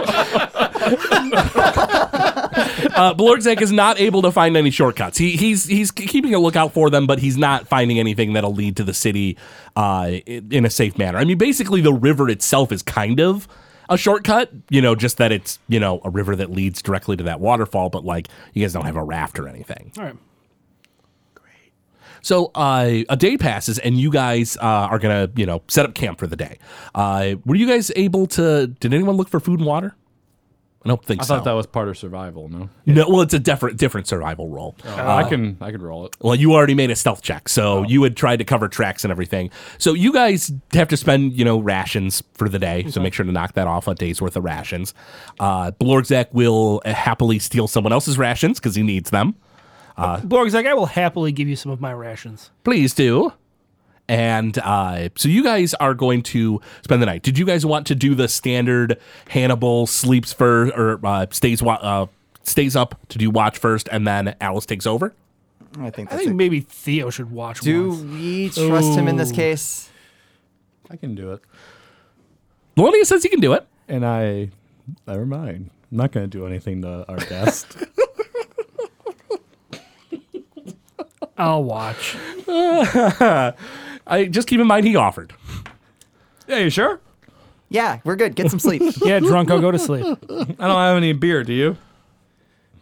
Speaker 6: Blogzak Uh, is not able to find any shortcuts. He, he's he's keeping a lookout for them, but he's not finding anything that'll lead to the city uh, i- in a safe manner. I mean, basically, the river itself is kind of a shortcut. You know, just that it's you know a river that leads directly to that waterfall, but like you guys don't have a raft or anything.
Speaker 4: All right.
Speaker 6: So uh, a day passes, and you guys uh, are gonna, you know, set up camp for the day. Uh, were you guys able to? Did anyone look for food and water? I don't think
Speaker 5: I
Speaker 6: so.
Speaker 5: thought that was part of survival, no?
Speaker 6: no, well, it's a different different survival role.
Speaker 5: I can I can roll it.
Speaker 6: Well, you already made a stealth check, so
Speaker 5: Oh.
Speaker 6: you had tried to cover tracks and everything. So you guys have to spend, you know, rations for the day. So make sure to knock that off a day's worth of rations. Uh, Blorgzak will uh, happily steal someone else's rations because he needs them.
Speaker 4: Blorgzak, I will happily give you some of my rations.
Speaker 6: Please do. And uh, so you guys are going to spend the night. Did you guys want to do the standard Hannibal sleeps first or uh, stays wa- uh, stays up to do watch first, and then Alice takes over?
Speaker 3: I think
Speaker 4: I
Speaker 3: that's.
Speaker 4: think
Speaker 3: it.
Speaker 4: maybe Theo should watch.
Speaker 3: Do
Speaker 4: once.
Speaker 3: we trust him in this case?
Speaker 5: I can do it.
Speaker 6: Lonia says he can do it.
Speaker 5: And I never mind. I'm not gonna do anything to our guest.
Speaker 4: I'll watch.
Speaker 6: I just keep in mind he offered.
Speaker 5: yeah, you sure?
Speaker 3: Yeah, we're good. Get some sleep.
Speaker 4: Yeah, drunk, I'll go to sleep.
Speaker 5: I don't have any beer, do you?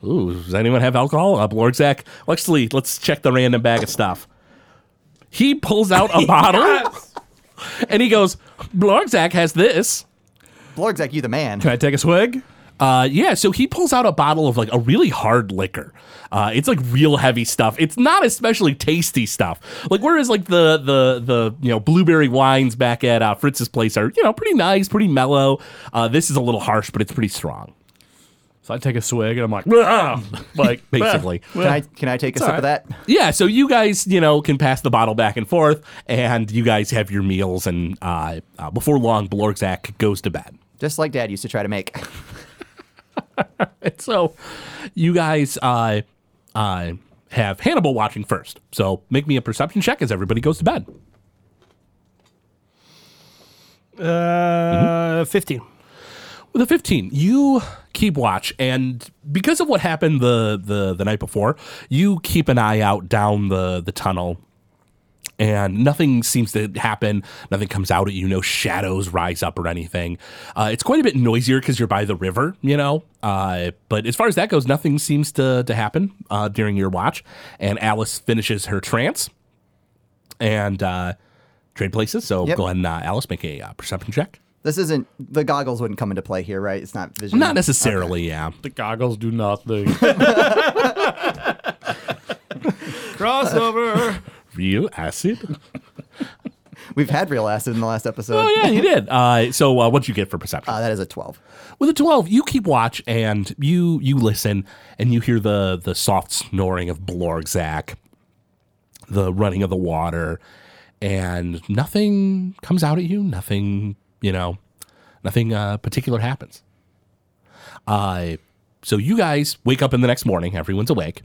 Speaker 6: Ooh, does anyone have alcohol? Uh, Lord Zach. Well, actually, let's check the random bag of stuff. He pulls out a bottle and he goes, Lord Zach has this.
Speaker 3: Blorgzak, you the man.
Speaker 5: Can I take a swig?
Speaker 6: Uh, yeah, so he pulls out a bottle of like a really hard liquor. Uh, it's like real heavy stuff. It's not especially tasty stuff. Like whereas like the the the you know blueberry wines back at uh, Fritz's place are you know pretty nice, pretty mellow. Uh, this is a little harsh, but it's pretty strong.
Speaker 5: So I take a swig and I'm like,
Speaker 6: Like basically,
Speaker 3: Can I can I take a sip of that?
Speaker 6: yeah. So you guys you know can pass the bottle back and forth, and you guys have your meals, and uh, uh, before long, Blorgzak goes to bed.
Speaker 3: Just like Dad used to try to make.
Speaker 6: And so you guys uh, uh, have Hannibal watching first. So make me a perception check as everybody goes to bed.
Speaker 4: Uh, 15.
Speaker 6: With a 15, you keep watch, and because of what happened the, the, the night before, you keep an eye out down the, the tunnel. And nothing seems to happen. Nothing comes out at you. No shadows rise up or anything. Uh, it's quite a bit noisier because you're by the river, you know. Uh, but as far as that goes, nothing seems to, to happen uh, during your watch. And Alice finishes her trance. and uh, trade places. So
Speaker 3: Yep.
Speaker 6: go ahead and uh, Alice make a uh, perception check.
Speaker 3: This isn't the goggles wouldn't come into play here, right? It's not vision.
Speaker 6: Not necessarily, yeah.
Speaker 5: The goggles do nothing.
Speaker 4: Crossover.
Speaker 6: Real acid.
Speaker 3: We've had real acid in the last episode.
Speaker 6: oh yeah, you did. Uh, so uh, what'd you get for perception?
Speaker 3: Uh, that is a 12.
Speaker 6: With a twelve, you keep watch and you you listen and you hear the the soft snoring of Blorgzak, the running of the water, and nothing comes out at you. Nothing, you know, nothing uh, particular happens. Uh, so you guys wake up in the next morning. Everyone's awake.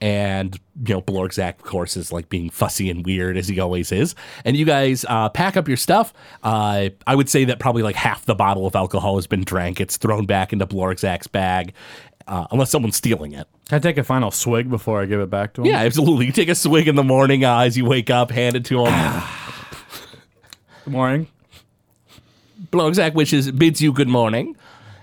Speaker 6: And, you know, Blorgzak, of course, is like being fussy and weird as he always is. And you guys uh, pack up your stuff. Uh, I would say that probably like half the bottle of alcohol has been drank. It's thrown back into Blorgzak's bag, uh, unless someone's stealing it.
Speaker 5: Can I take a final swig before I give it back to him?
Speaker 6: Yeah, absolutely. You take a swig in the morning uh, as you wake up, hand it to him.
Speaker 5: Good morning.
Speaker 6: Blogzak wishes bids you good morning,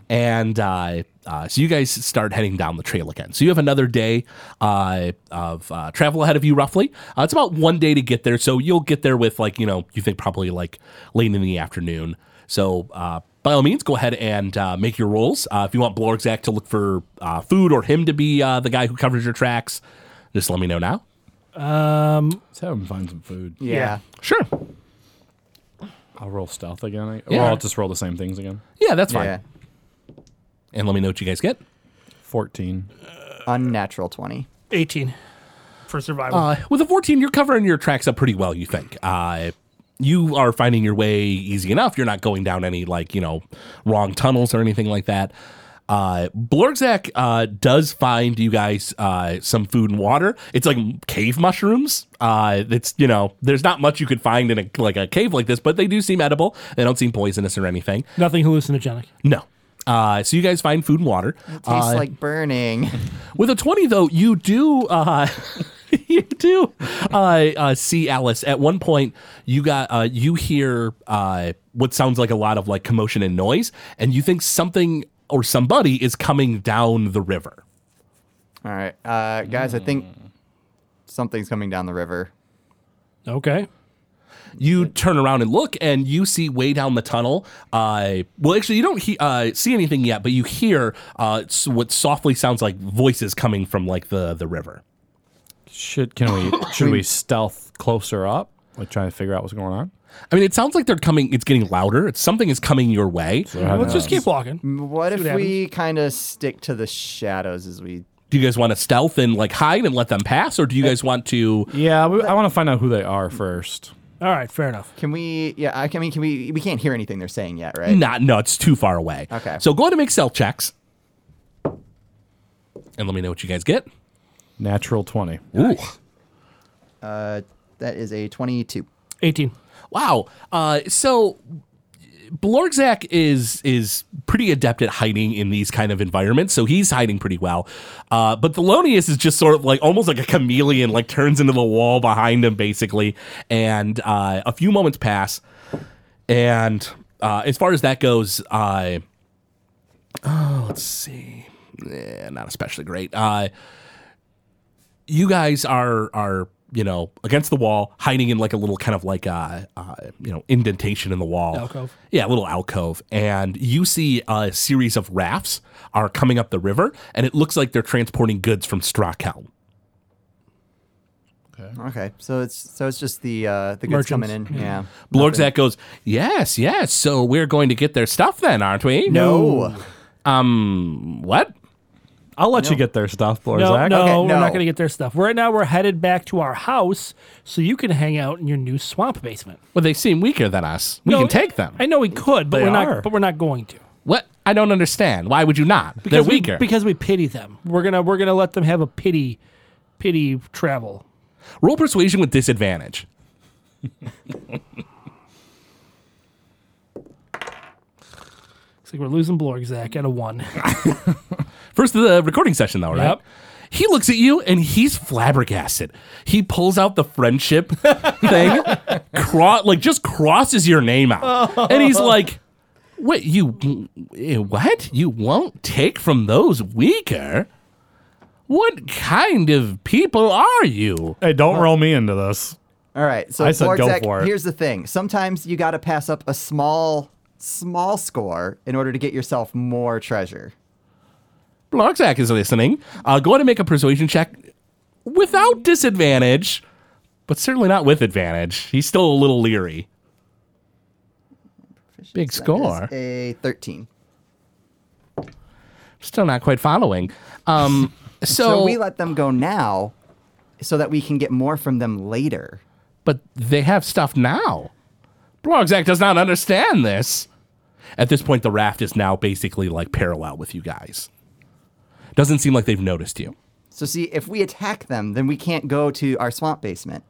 Speaker 6: and uh, uh, so you guys start heading down the trail again. So you have another day uh, of uh, travel ahead of you. Roughly, uh, it's about one day to get there. So you'll get there with like you know you think probably like late in the afternoon. So uh, by all means, go ahead and uh, make your rolls. Uh, if you want Blorgzak to look for uh, food or him to be uh, the guy who covers your tracks, just let me know now.
Speaker 4: um,
Speaker 5: Let's have him find some food.
Speaker 3: Yeah.
Speaker 6: Sure.
Speaker 5: I'll roll stealth again. I,
Speaker 6: Yeah.
Speaker 5: Well, I'll just roll the same things again.
Speaker 6: Yeah, that's fine.
Speaker 3: Yeah.
Speaker 6: And let me know what you guys get.
Speaker 5: 14.
Speaker 3: Unnatural 20.
Speaker 4: 18 for survival.
Speaker 6: Uh, with a 14, you're covering your tracks up pretty well, you think. Uh, you are finding your way easy enough. You're not going down any, like, you know, wrong tunnels or anything like that. Uh, Blorgzak uh, does find you guys uh, some food and water. It's like cave mushrooms. Uh, it's, you know, there's not much you could find in a, like a cave like this, but they do seem edible. They don't seem poisonous or anything.
Speaker 4: Nothing hallucinogenic.
Speaker 6: No. Uh, so you guys find food and water. Uh,
Speaker 3: Tastes like burning.
Speaker 6: With a 20, though, you do. Uh, You do uh, uh, see Alice. At one point, you got uh, you hear uh, what sounds like a lot of like commotion and noise, and you think something or somebody is coming down the river.
Speaker 3: All right. Uh, guys, I think something's coming down the river.
Speaker 4: Okay.
Speaker 6: You turn around and look, and you see way down the tunnel. Uh, well, actually, you don't he- uh, see anything yet, but you hear uh, s- what softly sounds like voices coming from like the the river.
Speaker 5: Shit, can we, should we stealth closer up? Like trying to figure out what's going on?
Speaker 6: I mean, it sounds like they're coming. It's getting louder. It's, something is coming your way.
Speaker 4: Let's just keep walking.
Speaker 3: What if
Speaker 4: what
Speaker 3: we kind of stick to the shadows as we.
Speaker 6: do you guys want to stealth and like hide and let them pass or do you guys want to
Speaker 5: Yeah, we, I want to find out who they are first.
Speaker 4: All right, fair enough.
Speaker 3: Can we. Yeah, I can- I mean, can we. We can't hear anything they're saying yet, right?
Speaker 6: not no it's too far away
Speaker 3: Okay.
Speaker 6: so go ahead and make stealth checks and let me know what you guys get
Speaker 5: Natural 20.
Speaker 6: Ooh.
Speaker 3: Uh, that is a 22.
Speaker 4: 18.
Speaker 6: wow uh, so Blorgzak is is pretty adept at hiding in these kind of environments, so he's hiding pretty well. Uh, but Thelonious is just sort of like almost like a chameleon, like turns into the wall behind him, basically. And uh, a few moments pass, and uh, as far as that goes, I oh, let's see, Eh, not especially great. Uh, you guys are are you know against the wall, hiding in like a little kind of like uh, uh you know indentation in the wall
Speaker 4: Alcove.
Speaker 6: yeah, a little alcove, and you see a series of rafts are coming up the river, and it looks like they're transporting goods from Strackhelm.
Speaker 3: Okay. So it's so it's just the uh, the goods coming in.
Speaker 6: Mm-hmm.
Speaker 4: Merchants.
Speaker 3: Yeah.
Speaker 6: Blorgzak goes, "Yes, yes. So we're going to get their stuff then, aren't we?
Speaker 3: No.
Speaker 6: Um, what?
Speaker 5: I'll let you get their stuff, Blor
Speaker 4: No,
Speaker 5: Zach.
Speaker 4: no,
Speaker 3: Okay,
Speaker 4: we're
Speaker 3: no.
Speaker 4: not going to get their stuff. Right now, we're headed back to our house so you can hang out in your new swamp basement.
Speaker 6: Well, they seem weaker than us. We
Speaker 4: No,
Speaker 6: can take them.
Speaker 4: I know we could, but
Speaker 5: They
Speaker 4: we're
Speaker 5: are.
Speaker 4: not. But we're not going to.
Speaker 6: what? I don't understand. Why would you not? they're
Speaker 4: Because we-
Speaker 6: weaker.
Speaker 4: because we pity them. We're gonna we're gonna let them have a pity pity travel.
Speaker 6: Roll persuasion with disadvantage.
Speaker 4: It's like we're losing Blorgzak at a one.
Speaker 6: First of the recording session, though, right?
Speaker 4: Yep.
Speaker 6: He looks at you and he's flabbergasted. He pulls out the friendship thing, cro- like just crosses your name out, and he's like, "Wait, you eh, what? You won't take from those weaker? What kind of people are you?"
Speaker 5: Hey, don't roll me into this.
Speaker 3: All right. So
Speaker 5: I said go
Speaker 3: Borgzak,
Speaker 5: for it.
Speaker 3: here's the thing. Sometimes you got to pass up a small, small score in order to get yourself more treasure.
Speaker 6: Larkzak is listening. Uh, go ahead and make a persuasion check without disadvantage, but certainly not with advantage. He's still a little leery. Big
Speaker 3: That is
Speaker 6: score.
Speaker 3: a 13.
Speaker 6: Still not quite following. Um, so,
Speaker 3: So we let them go now so that we can get more from them later.
Speaker 6: but they have stuff now. Blogzak does not understand this. At this point, the raft is now basically like parallel with you guys. Doesn't seem like they've noticed you.
Speaker 3: So see, if we attack them, then we can't go to our swamp basement.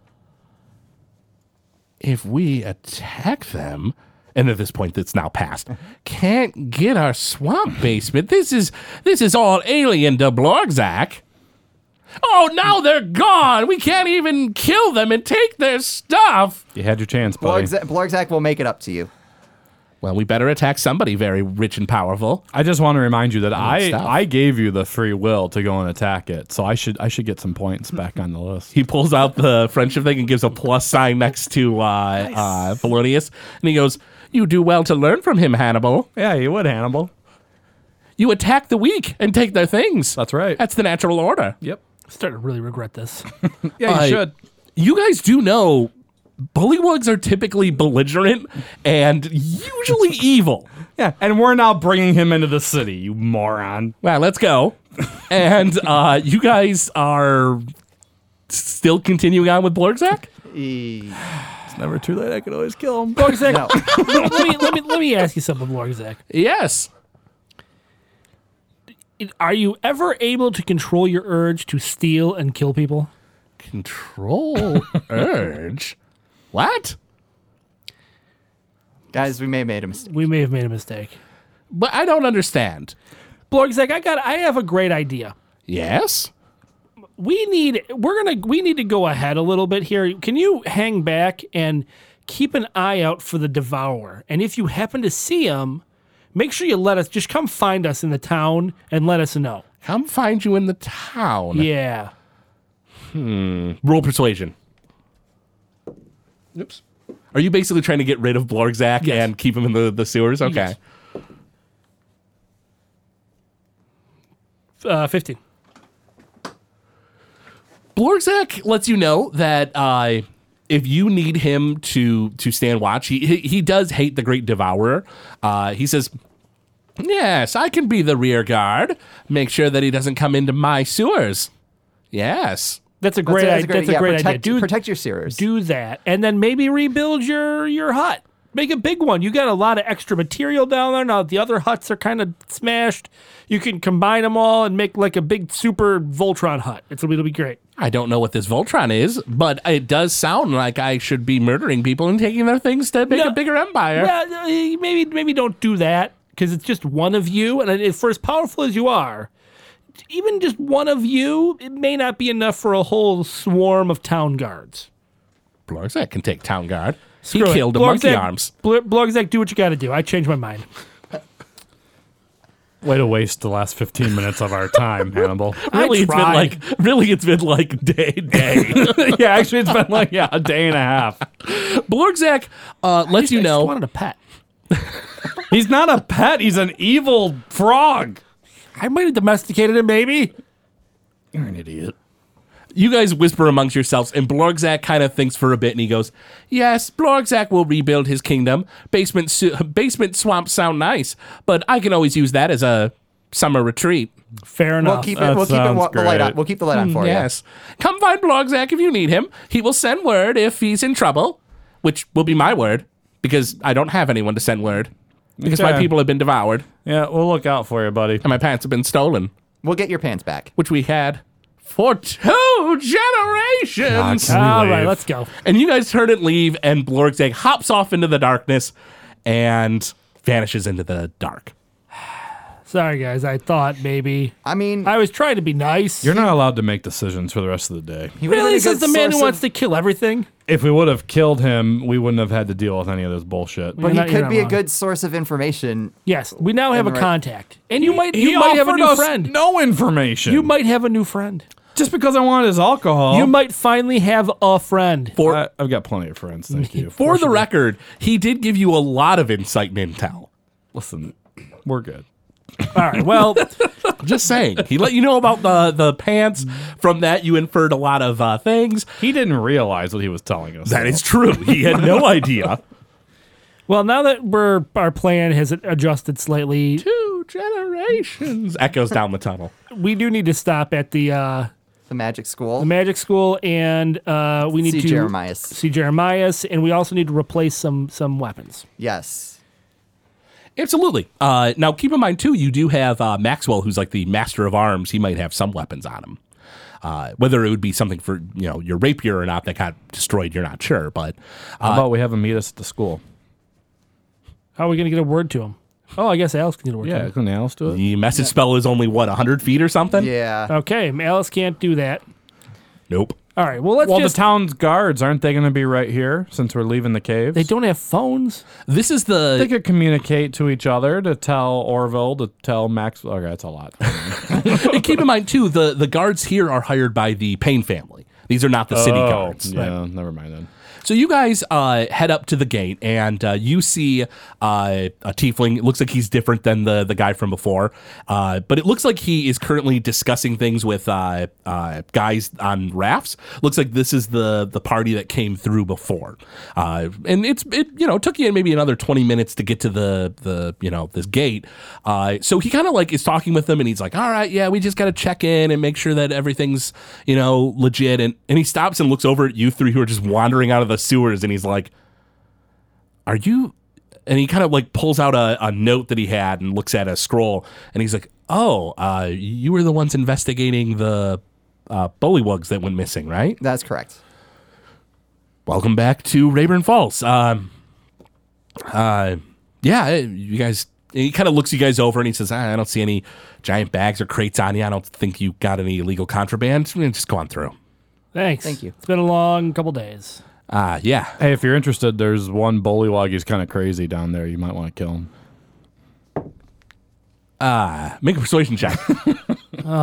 Speaker 6: If we attack them, and at this point, it's now past. Can't get our swamp basement. This is this is all alien to Blogzak. Oh, now they're gone. We can't even kill them and take their stuff.
Speaker 5: You had your chance, buddy.
Speaker 3: Blorgzak Blorgzak will make it up to you.
Speaker 6: Well, we better attack somebody very rich and powerful.
Speaker 5: I just want to remind you that I
Speaker 6: stuff.
Speaker 5: I gave you the free will to go and attack it, so I should I should get some points back on the list.
Speaker 6: he pulls out the friendship thing and gives a plus sign next to uh, uh, Polonius, and he goes, "You do well to learn from him, Hannibal.
Speaker 5: Yeah, you would, Hannibal.
Speaker 6: You attack the weak and take their things.
Speaker 5: That's right.
Speaker 6: That's the natural order.
Speaker 5: Yep.
Speaker 4: starting to really regret this.
Speaker 5: Yeah, you
Speaker 6: I-
Speaker 5: should.
Speaker 6: You guys do know." Bullywugs are typically belligerent and usually evil.
Speaker 5: Yeah, and we're now bringing him into the city, you moron.
Speaker 6: Wow, let's go. And uh, you guys are still continuing on with Blurgzak?
Speaker 3: E-
Speaker 5: It's never too late. I could always kill him.
Speaker 4: Blorgzak,
Speaker 3: No.
Speaker 4: let, let me let me let me ask you something, Blorgzak.
Speaker 6: Yes.
Speaker 4: Are you ever able to control your urge to steal and kill people?
Speaker 6: Control urge. What?
Speaker 3: Guys, we may have made a mistake.
Speaker 4: We may have made a mistake.
Speaker 6: But I don't understand.
Speaker 4: Blorgzak, I got I have a great idea.
Speaker 6: Yes.
Speaker 4: we need we're gonna we need to go ahead a little bit here. Can you hang back and keep an eye out for the devourer? And if you happen to see him, make sure you let us just come find us in the town and let us know.
Speaker 6: Come find you in the town.
Speaker 4: Yeah.
Speaker 6: Roll persuasion. Oops. Are you basically trying to get rid of Blorgzak and keep him in the, the sewers? Okay.
Speaker 4: Yes. Uh, Fifteen.
Speaker 6: Blorgzak lets you know that uh, if you need him to to stand watch, he he, he does hate the Great Devourer. Uh, he says, "Yes, I can be the rear guard. Make sure that he doesn't come into my sewers." Yes.
Speaker 4: That's a great.
Speaker 3: that's a
Speaker 4: idea. that's a
Speaker 3: yeah,
Speaker 4: great
Speaker 3: protect,
Speaker 4: idea. Do
Speaker 3: protect your seers.
Speaker 4: do that, and then maybe rebuild your your hut. Make a big one. You got a lot of extra material down there. Now the other huts are kind of smashed. You can combine them all and make like a big super Voltron hut. It's it'll be great.
Speaker 6: I don't know what this Voltron is, but it does sound like I should be murdering people and taking their things to make
Speaker 4: No.
Speaker 6: a bigger empire.
Speaker 4: Well, eh, maybe maybe don't do that because it's just one of you, and if- for as powerful as you are, even just one of you, it may not be enough for a whole swarm of town guards.
Speaker 6: Blorgzak can take town guard.
Speaker 4: Screw
Speaker 6: he
Speaker 4: it.
Speaker 6: killed a
Speaker 4: Blorgzak-
Speaker 6: monkey arms.
Speaker 4: Bl- Blorgzak, do what you got to do. I changed my mind.
Speaker 5: Way to waste the last 15 minutes of our time, Hannibal.
Speaker 6: Really, it's been
Speaker 4: tried.
Speaker 6: like really, it's been like day day.
Speaker 5: yeah, actually, it's been like yeah, a day and a half.
Speaker 6: Blorgzak uh, lets you
Speaker 4: I just
Speaker 6: know.
Speaker 4: wanted a pet.
Speaker 5: He's not a pet. He's an evil frog.
Speaker 4: I might have domesticated him, maybe.
Speaker 5: You're an idiot.
Speaker 6: You guys whisper amongst yourselves, and Blorgzak kind of thinks for a bit, and he goes, "Yes, Blorgzak will rebuild his kingdom. Basement su- basement swamps sound nice, but I can always use that as a summer retreat."
Speaker 4: Fair enough.
Speaker 3: we'll keep it.
Speaker 5: that
Speaker 3: We'll keep it.
Speaker 5: sounds
Speaker 3: wa- The light
Speaker 5: great.
Speaker 3: on. We'll keep the light on for you.
Speaker 6: yes. Come find Blogzak if you need him. He will send word if he's in trouble, which will be my word because I don't have anyone to send word because my
Speaker 5: Okay.
Speaker 6: people have been devoured
Speaker 5: Yeah, we'll look out for you, buddy.
Speaker 6: and my pants have been stolen,
Speaker 3: We'll get your pants back.
Speaker 6: which we had for two generations.
Speaker 5: God.
Speaker 4: All right,
Speaker 5: leave.
Speaker 4: let's go.
Speaker 6: And you guys heard it leave, and Blorgzak hops off into the darkness and vanishes into the dark.
Speaker 4: Sorry, guys. I thought maybe
Speaker 3: I mean,
Speaker 4: I was trying to be nice.
Speaker 5: You're not allowed to make decisions for the rest of the day.
Speaker 3: he would've been
Speaker 4: really
Speaker 3: a
Speaker 4: this is the
Speaker 3: good source
Speaker 4: man who
Speaker 3: of-
Speaker 4: wants to kill everything.
Speaker 5: If we would have killed him, we wouldn't have had to deal with any of this bullshit.
Speaker 4: You're
Speaker 3: He
Speaker 4: not- you're
Speaker 3: could
Speaker 4: not
Speaker 3: be a
Speaker 4: wrong.
Speaker 3: good source of information.
Speaker 4: Yes, we now have a
Speaker 3: right.
Speaker 4: contact, and you might
Speaker 5: He
Speaker 4: you might have a
Speaker 5: offered
Speaker 4: new
Speaker 5: us
Speaker 4: friend.
Speaker 5: No information.
Speaker 4: You might have a new friend.
Speaker 5: Just because I wanted his alcohol.
Speaker 4: You might finally have a friend.
Speaker 6: For
Speaker 5: I, I've got plenty of friends. Thank you.
Speaker 6: for the record, he did give you a lot of insight and intel.
Speaker 5: listen, we're good.
Speaker 4: All right. Well,
Speaker 6: Just saying, he let you know about the the pants. From that, you inferred a lot of uh, things.
Speaker 5: He didn't realize what he was telling us.
Speaker 6: That is true. He had no idea.
Speaker 4: well, now that we're our plan has adjusted slightly,
Speaker 6: Two generations echoes down the tunnel.
Speaker 4: we do need to stop at the uh,
Speaker 3: The magic school.
Speaker 4: the magic school, and uh, we need
Speaker 3: See
Speaker 4: to
Speaker 3: Jeremiah's.
Speaker 4: see Jeremiah's, and we also need to replace some some weapons.
Speaker 3: yes.
Speaker 6: Absolutely. Uh, now, keep in mind too, you do have uh, Maxwell, who's like the master of arms. He might have some weapons on him. Uh, whether it would be something for you know your rapier or not that got destroyed, you're not sure. But
Speaker 5: How about we have him meet us at the school?
Speaker 4: How are we gonna get a word to him? Oh, I guess Alice can get a word. To
Speaker 5: Yeah,
Speaker 4: him.
Speaker 5: can Alice do it?
Speaker 6: the message spell is only what 100 feet or
Speaker 4: Um,
Speaker 6: something.
Speaker 3: Yeah.
Speaker 4: Okay, Alice can't do that.
Speaker 6: Nope.
Speaker 4: All right. Well, let's
Speaker 5: Well,
Speaker 4: just.
Speaker 5: the town's guards aren't they going to be right here since we're leaving the cave?
Speaker 4: they don't have phones.
Speaker 6: This is
Speaker 5: They
Speaker 6: the
Speaker 5: could communicate to each other to tell Orville to tell Max. Okay, that's a lot.
Speaker 6: and keep in mind too the the guards here are hired by the Payne family. These are not the city guards.
Speaker 5: Oh, Yeah, never mind then.
Speaker 6: So you guys uh, head up to the gate, and uh, you see uh, a tiefling. It looks like he's different than the the guy from before, uh, but it looks like he is currently discussing things with uh, uh, guys on rafts. Looks like this is the the party that came through before, uh, and it's it you know took you maybe another twenty minutes to get to the the you know this gate. Uh, so he kind of like is talking with them, and he's like, "All right, yeah, we just got to check in and make sure that everything's you know legit." And and he stops and looks over at you three who are just wandering out of the sewers, and he's like are you and he kind of like pulls out a, a note that he had and looks at a scroll and he's like oh uh, you were the ones investigating the uh, bullywugs that went missing right
Speaker 3: That's correct.
Speaker 6: welcome back to rayburn falls um, uh, yeah eh, you guys and he kind of looks you guys over and he says "Ah, i I don't see any giant bags or crates on you i don't think you got any illegal contraband just go on through
Speaker 4: Thanks.
Speaker 3: Thank you.
Speaker 4: It's been a long couple days.
Speaker 6: uh, yeah
Speaker 5: Hey, if you're interested, there's one bullywog. He's kind of crazy down there. You might want to kill him.
Speaker 6: make a persuasion check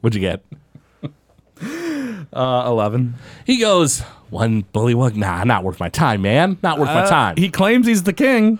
Speaker 6: what'd you get
Speaker 5: Uh, Eleven.
Speaker 6: He goes, one bullywug? Nah, not worth my time, man. Not worth my time.
Speaker 5: He claims he's the king.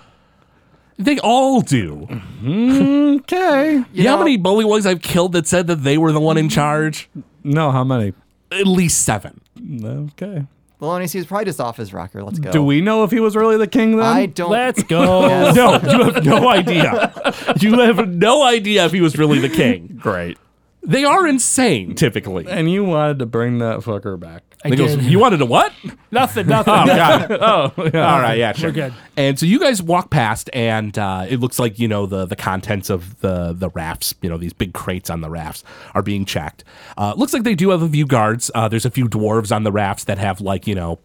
Speaker 6: they all do. You,
Speaker 5: Okay.
Speaker 6: know, how
Speaker 3: know-
Speaker 6: many bullywugs I've killed that said that they were the one in charge?
Speaker 5: No, how many?
Speaker 6: At least seven.
Speaker 5: Okay.
Speaker 3: Baloney he was probably just off his rocker. Let's go.
Speaker 5: Do we know if he was really the king then?
Speaker 3: I don't.
Speaker 4: um, Let's go.
Speaker 3: Yes.
Speaker 6: No, you have no idea. You have no idea if he was really the king.
Speaker 5: Great.
Speaker 6: They are insane, typically.
Speaker 5: And you wanted to bring that fucker back.
Speaker 4: I
Speaker 6: He goes,
Speaker 4: did.
Speaker 6: you wanted a what?
Speaker 4: nothing. Nothing.
Speaker 6: God. oh, all right, yeah, sure.
Speaker 4: We're good.
Speaker 6: And so you guys walk past, and uh, it looks like you know the the contents of the the rafts, you know these big crates on the rafts are being checked. Uh, looks like they do have a few guards. Uh, there's a few dwarves on the rafts that have like you know.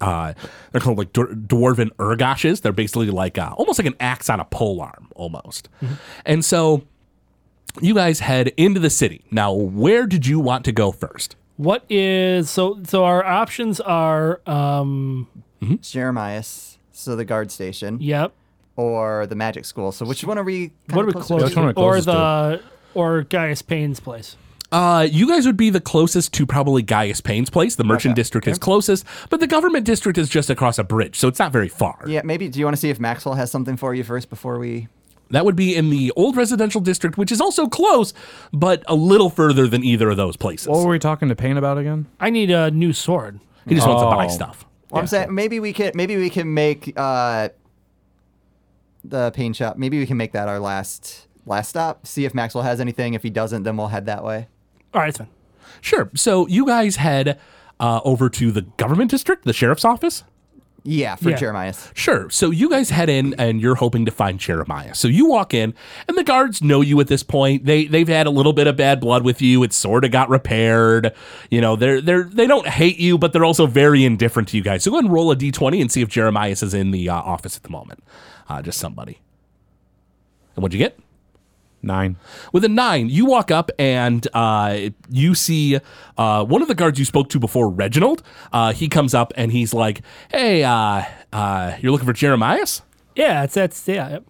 Speaker 6: Uh, they're called like dwar- dwarven ergoshes. They're basically like uh, almost like an axe on a pole arm, almost. And so, you guys head into the city. Now, where did you want to go first?
Speaker 4: What is so? So our options are, um,
Speaker 3: Jeremiah's. So the guard station
Speaker 4: yep.
Speaker 3: or the magic school. So which one are we? kinda
Speaker 4: What are we
Speaker 3: closer
Speaker 4: close?
Speaker 5: Which one are we
Speaker 4: Or
Speaker 5: closest to?
Speaker 4: the or Gaius Payne's place?
Speaker 6: Uh, you guys would be the closest to probably Gaius Payne's place. The merchant district is closest, but the government district is just across a bridge, so it's not very far.
Speaker 3: Yeah, maybe. Do you want to see if Maxwell has something for you first before we?
Speaker 6: That would be in the old residential district, which is also close, but a little further than either of those places.
Speaker 5: What were we talking to Payne about again?
Speaker 4: I need a new sword.
Speaker 6: he just wants to buy
Speaker 5: Oh.
Speaker 6: stuff.
Speaker 3: Well, I'm saying maybe we can. Maybe we can make uh, the pain shop. Maybe we can make that our last last stop. See if Maxwell has anything. If he doesn't, then we'll head that way.
Speaker 4: All right, it's fine.
Speaker 6: Sure. So you guys head uh, over to the government district, the sheriff's office.
Speaker 3: Yeah, for
Speaker 4: Yeah.
Speaker 3: Jeremiah's.
Speaker 6: Sure. So you guys head in and you're hoping to find Jeremiah. So you walk in and the guards know you at this point. They they've had a little bit of bad blood with you. It sort of got repaired. You know, they're they're they don't hate you, but they're also very indifferent to you guys. So go ahead and roll a d20 and see if Jeremiah is in the uh, office at the moment. Uh, just somebody. And what'd you get?
Speaker 5: Nine.
Speaker 6: With a nine, you walk up and uh, you see uh, one of the guards you spoke to before, Reginald. Uh, he comes up and he's like, "Hey, uh, uh, you're looking for Jeremiah's?
Speaker 4: Yeah, it's that's yeah. Yep.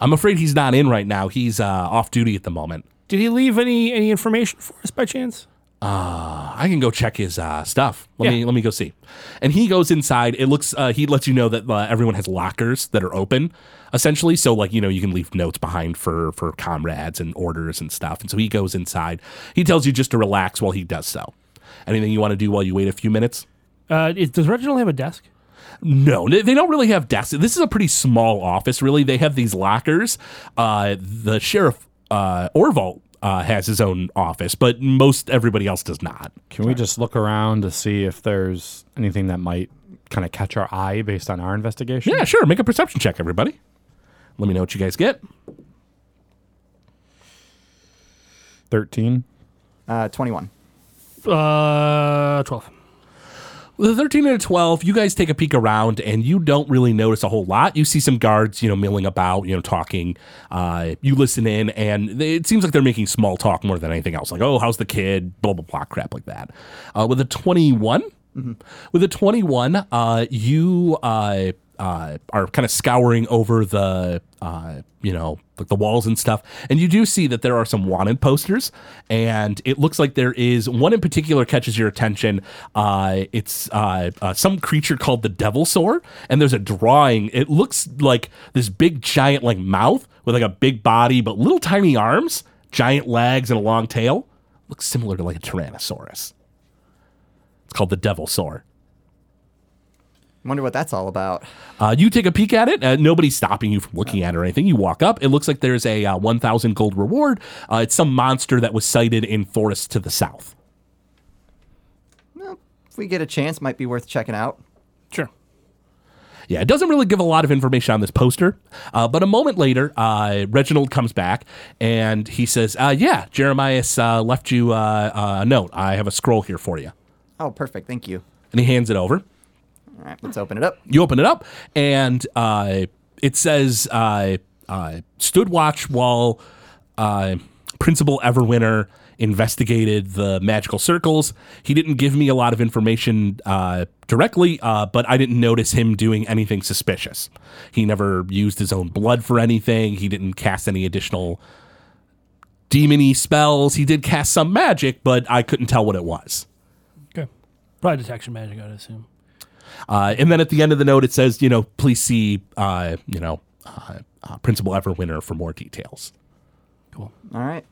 Speaker 6: I'm afraid he's not in right now. He's uh, off duty at the moment."
Speaker 4: Did he leave any any information for us by chance?
Speaker 6: I can go check his uh, stuff. Let me let me go see. And he goes inside. It looks uh, he lets you know that uh, everyone has lockers that are open, essentially. So like you know you can leave notes behind for for comrades and orders and stuff. And so he goes inside. He tells you just to relax while he does so. Anything you want to do while you wait a few minutes?
Speaker 4: Uh, is, does Reginald have a desk?
Speaker 6: No, they they don't really have desks. This is a pretty small office, really. They have these lockers. Uh, the sheriff uh, Orval uh, has his own office, but most everybody else does not.
Speaker 5: Can we just look around to see if there's anything that might kind of catch our eye based on our investigation?
Speaker 6: Yeah, sure. Make a perception check, everybody. Let me know what you guys get.
Speaker 5: 13.
Speaker 3: Uh, 21.
Speaker 4: Uh, twelve.
Speaker 6: The 13 and a 12, you guys take a peek around and you don't really notice a whole lot. You see some guards, you know, milling about, you know, talking. Uh, you listen in and they, it seems like they're making small talk more than anything else. Like, oh, how's the kid? Blah, blah, blah, crap like that. Uh, with a 21, with a 21, uh, you uh, uh, are kind of scouring over the, uh, you know, like the walls and stuff. And you do see that there are some wanted posters, and it looks like there is one in particular catches your attention. Uh, it's uh, uh, some creature called the Devil Sore, and there's a drawing. It looks like this big giant like mouth with like a big body, but little tiny arms, giant legs, and a long tail. Looks similar to like a Tyrannosaurus. It's called the Devil Sore.
Speaker 3: Wonder what that's all about.
Speaker 6: Uh, you take a peek at it. Uh, nobody's stopping you from looking at it or anything. You walk up. It looks like there's a uh, 1,000 gold reward. Uh, it's some monster that was sighted in forests to the south.
Speaker 3: Well, if we get a chance, might be worth checking out.
Speaker 4: Sure.
Speaker 6: Yeah, it doesn't really give a lot of information on this poster. Uh, but a moment later, uh, Reginald comes back and he says, uh, Yeah, Jeremiah's uh, left you uh, uh, a note. I have a scroll here for you.
Speaker 3: Oh, perfect. Thank you.
Speaker 6: And he hands it over.
Speaker 3: All right, let's open it up.
Speaker 6: you open it up and uh, it says uh, uh, stood watch while uh, principal everwinter investigated the magical circles he didn't give me a lot of information uh, directly uh, but i didn't notice him doing anything suspicious he never used his own blood for anything he didn't cast any additional demony spells he did cast some magic but i couldn't tell what it was
Speaker 4: Okay. Probably detection magic, I'd assume.
Speaker 6: Uh, and then at the end of the note, it says, you know, please see, uh, you know, uh, uh, Principal Everwinter for more details.
Speaker 3: All right.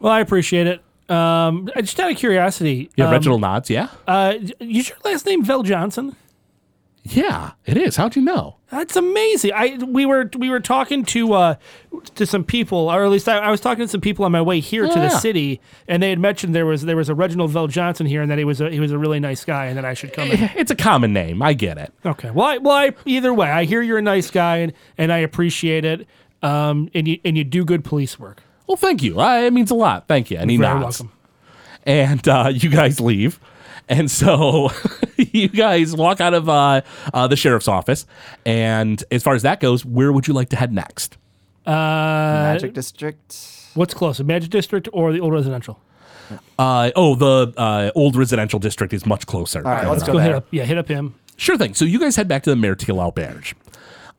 Speaker 4: Well, I appreciate it. Um, I just out of curiosity.
Speaker 6: Yeah,
Speaker 4: um,
Speaker 6: Reginald nods. Yeah,
Speaker 4: Uh, is your last name Vel Johnson?
Speaker 6: yeah, it is. How'd you know?
Speaker 4: That's amazing. I we were we were talking to uh, to some people, or at least I, I was talking to some people on my way here to the
Speaker 6: Yeah.
Speaker 4: city, and they had mentioned there was there was a Reginald Vel Johnson here, and that he was a he was a really nice guy, and that I should come. in.
Speaker 6: It's a common name. I get it.
Speaker 4: Okay. Well, I, well, I, either way, I hear you're a nice guy, and, and I appreciate it, um, and you and you do good police work.
Speaker 6: Well, thank you. Uh, it means a lot. Thank you. And he
Speaker 4: Very
Speaker 6: nods.
Speaker 4: welcome.
Speaker 6: And uh, you guys leave. And so you guys walk out of uh, uh, the sheriff's office. And as far as that goes, where would you like to head next?
Speaker 3: Magic District.
Speaker 4: Uh, What's closer, Magic District or the old residential?
Speaker 6: Uh, oh, the uh, old residential district is much closer.
Speaker 3: All right, let's go
Speaker 4: Go hit
Speaker 3: there.
Speaker 4: up, yeah, hit up him.
Speaker 6: Sure thing. So you guys head back to the Mertil Auberge.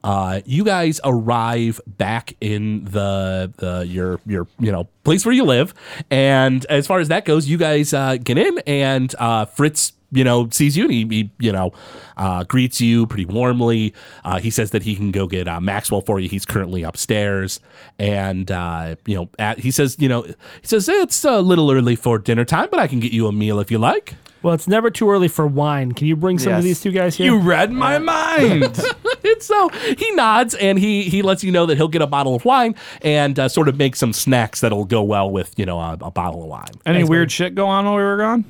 Speaker 6: Uh, you guys arrive back in the, the your your you know place where you live, and as far as that goes, you guys uh, get in, and uh, Fritz you know sees you and he, he you know uh, greets you pretty warmly. Uh, he says that he can go get uh, Maxwell for you. He's currently upstairs, and uh, you know at, he says you know he says it's a little early for dinner time, but I can get you a meal if you like.
Speaker 4: Well, it's never too early for wine. Can you bring some of
Speaker 3: Yes.
Speaker 4: these two guys here?
Speaker 5: read my mind.
Speaker 6: And so he nods and he he lets you know that he'll get a bottle of wine and uh, sort of make some snacks that'll go well with you know a, a bottle of wine.
Speaker 5: Any weird shit go on while we were gone?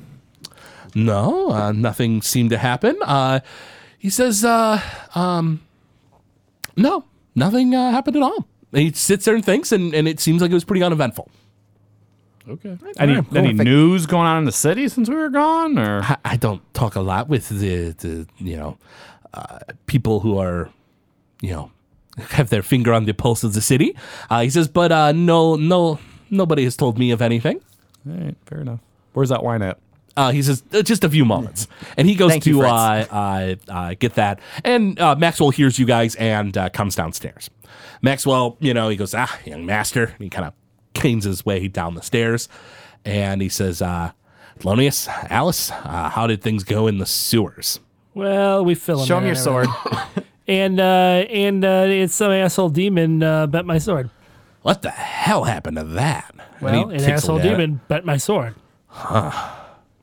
Speaker 6: No, uh, nothing seemed to happen. Uh, he says, uh, um, "No, nothing uh, happened at all." And he sits there and thinks, and, and it seems like it was pretty uneventful.
Speaker 5: Okay. Any, any news going on in the city since we were gone? Or
Speaker 6: I, I don't talk a lot with the, the you know uh, people who are you know have their finger on the pulse of the city. Uh, he says, "But uh, no, no, nobody has told me of anything."
Speaker 5: All right, fair enough. Where's that wine at?
Speaker 6: Uh, he says uh, just a few moments, and he goes
Speaker 3: Thank
Speaker 6: to
Speaker 3: you,
Speaker 6: uh,
Speaker 3: Fritz.
Speaker 6: uh, uh, get that. And uh, Maxwell hears you guys and uh, comes downstairs. Maxwell, you know, he goes, "Ah, young master," and he kind of canes his way down the stairs, and he says, uh, "Thelonious, Alice, uh, how did things go in the sewers?"
Speaker 4: Well, we fill him.
Speaker 3: Show
Speaker 4: in
Speaker 3: him your
Speaker 4: and
Speaker 3: sword.
Speaker 4: And uh, and uh, it's some asshole demon uh, bet my sword.
Speaker 6: What the hell happened to that? And he
Speaker 4: Well, an
Speaker 6: takes a
Speaker 4: asshole
Speaker 6: look at it.
Speaker 4: demon bet my sword.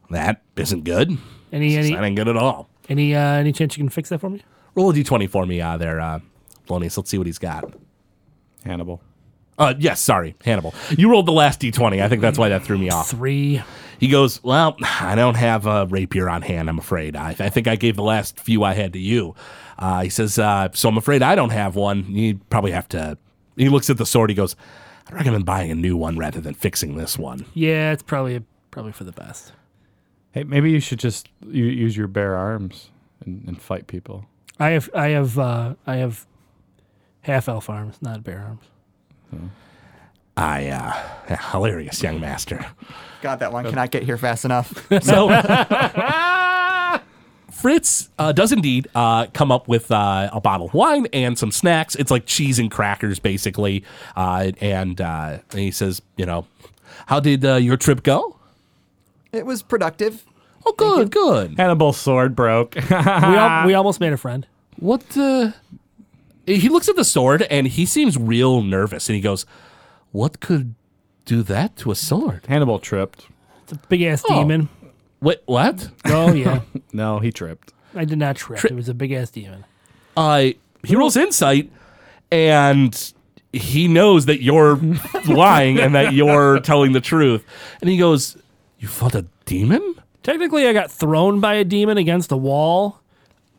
Speaker 6: That isn't good.
Speaker 4: Any any
Speaker 6: That ain't good at all.
Speaker 4: any uh, any chance you can fix that for me?
Speaker 6: Roll a d20 for me uh, there, uh, Thelonious. Let's see what he's got.
Speaker 5: Hannibal.
Speaker 6: Uh, yes, sorry, Hannibal. You rolled the last d20. I think that's why that threw me off.
Speaker 4: Three.
Speaker 6: He goes, Well, I don't have a rapier on hand, I'm afraid. I, I think I gave the last few I had to you. Uh, he says, uh, So I'm afraid I don't have one. You probably have to. He looks at the sword. He goes, I'd recommend buying a new one rather than fixing this one.
Speaker 4: Yeah, it's probably probably for the best.
Speaker 5: Hey, maybe you should just u- use your bare arms and, and fight people.
Speaker 4: I have I have uh, I have half elf arms, not bear arms.
Speaker 6: I, uh, hilarious, young master.
Speaker 3: God, that one cannot get here fast enough.
Speaker 6: So Fritz uh, does indeed uh, come up with uh, a bottle of wine and some snacks. It's like cheese and crackers, basically. Uh, and, uh, and he says, you know, how did uh, your trip go?
Speaker 3: it was productive.
Speaker 6: Oh, good, good.
Speaker 5: Hannibal's sword broke.
Speaker 4: we,
Speaker 6: Ah.
Speaker 4: al- we almost made a friend.
Speaker 6: What the? He looks at the sword and he seems real nervous. And he goes, "What could do that to a sword?
Speaker 5: Hannibal tripped.
Speaker 4: It's a big ass
Speaker 6: Oh.
Speaker 4: demon.
Speaker 6: What? What?
Speaker 4: Oh yeah,
Speaker 5: No, he tripped.
Speaker 4: I did not trip. It was a big ass demon.
Speaker 6: uh, he rolls insight and he knows that you're lying and that you're telling the truth. And he goes, You fought a demon?
Speaker 4: Technically, I got thrown by a demon against the wall,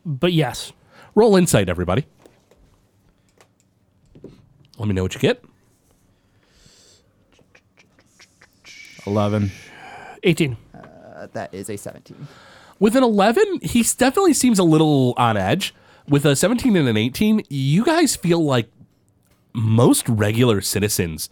Speaker 4: but yes,
Speaker 6: Roll insight, everybody. Let me know what you get.
Speaker 5: 11.
Speaker 4: eighteen.
Speaker 3: Uh, that is a 17.
Speaker 6: With an 11, he definitely seems a little on edge. With a 17 and an 18, you guys feel like most regular citizens.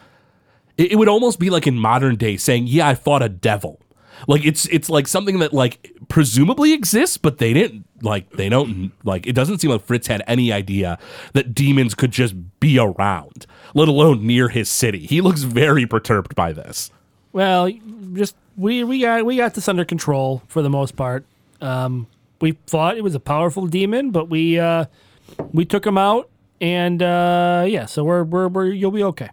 Speaker 6: It, it would almost be like in modern day saying, "Yeah, I fought a devil." Like it's it's like something that like presumably exists, but they didn't like they don't like it doesn't seem like Fritz had any idea that demons could just be around, let alone near his city. He looks very perturbed by this.
Speaker 4: Well, just we we got we got this under control for the most part. Um, we fought; it was a powerful demon, but we uh, we took him out, and uh, yeah, so we're, we're we're you'll be okay.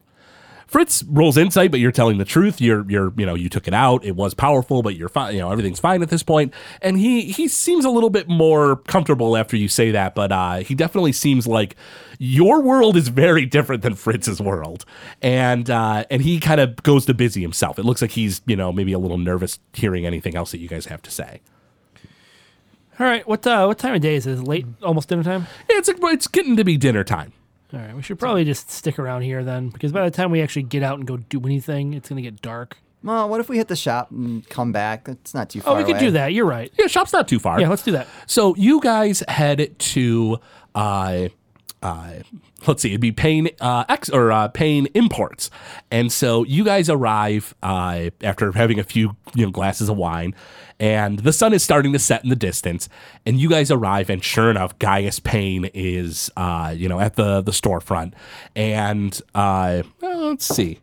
Speaker 6: Fritz rolls insight, but you're telling the truth. You're you're you know you took it out. It was powerful, but you're fine. You know everything's fine at this point. And he he seems a little bit more comfortable after you say that, but uh, he definitely seems like your world is very different than Fritz's world. And uh, and he kind of goes to busy himself. It looks like he's you know maybe a little nervous hearing anything else that you guys have to say.
Speaker 4: All right, what uh, what time of day is this? Late, almost dinner time.
Speaker 6: It's it's getting to be dinner time.
Speaker 4: All right, we should probably just stick around here then, because by the time we actually get out and go do anything, it's gonna get dark.
Speaker 3: Well, what if we hit the shop and come back? It's not too far.
Speaker 4: Oh, we could
Speaker 3: away.
Speaker 4: do that. You're right.
Speaker 6: Yeah, shop's not too far.
Speaker 4: Yeah, let's do that.
Speaker 6: So you guys head to uh, uh, let's see, it'd be Payne uh, X or uh, Payne Imports, and so you guys arrive uh, after having a few you know glasses of wine, and the sun is starting to set in the distance, and you guys arrive, and sure enough, Gaius Payne is uh, you know at the the storefront, and uh, well, let's see.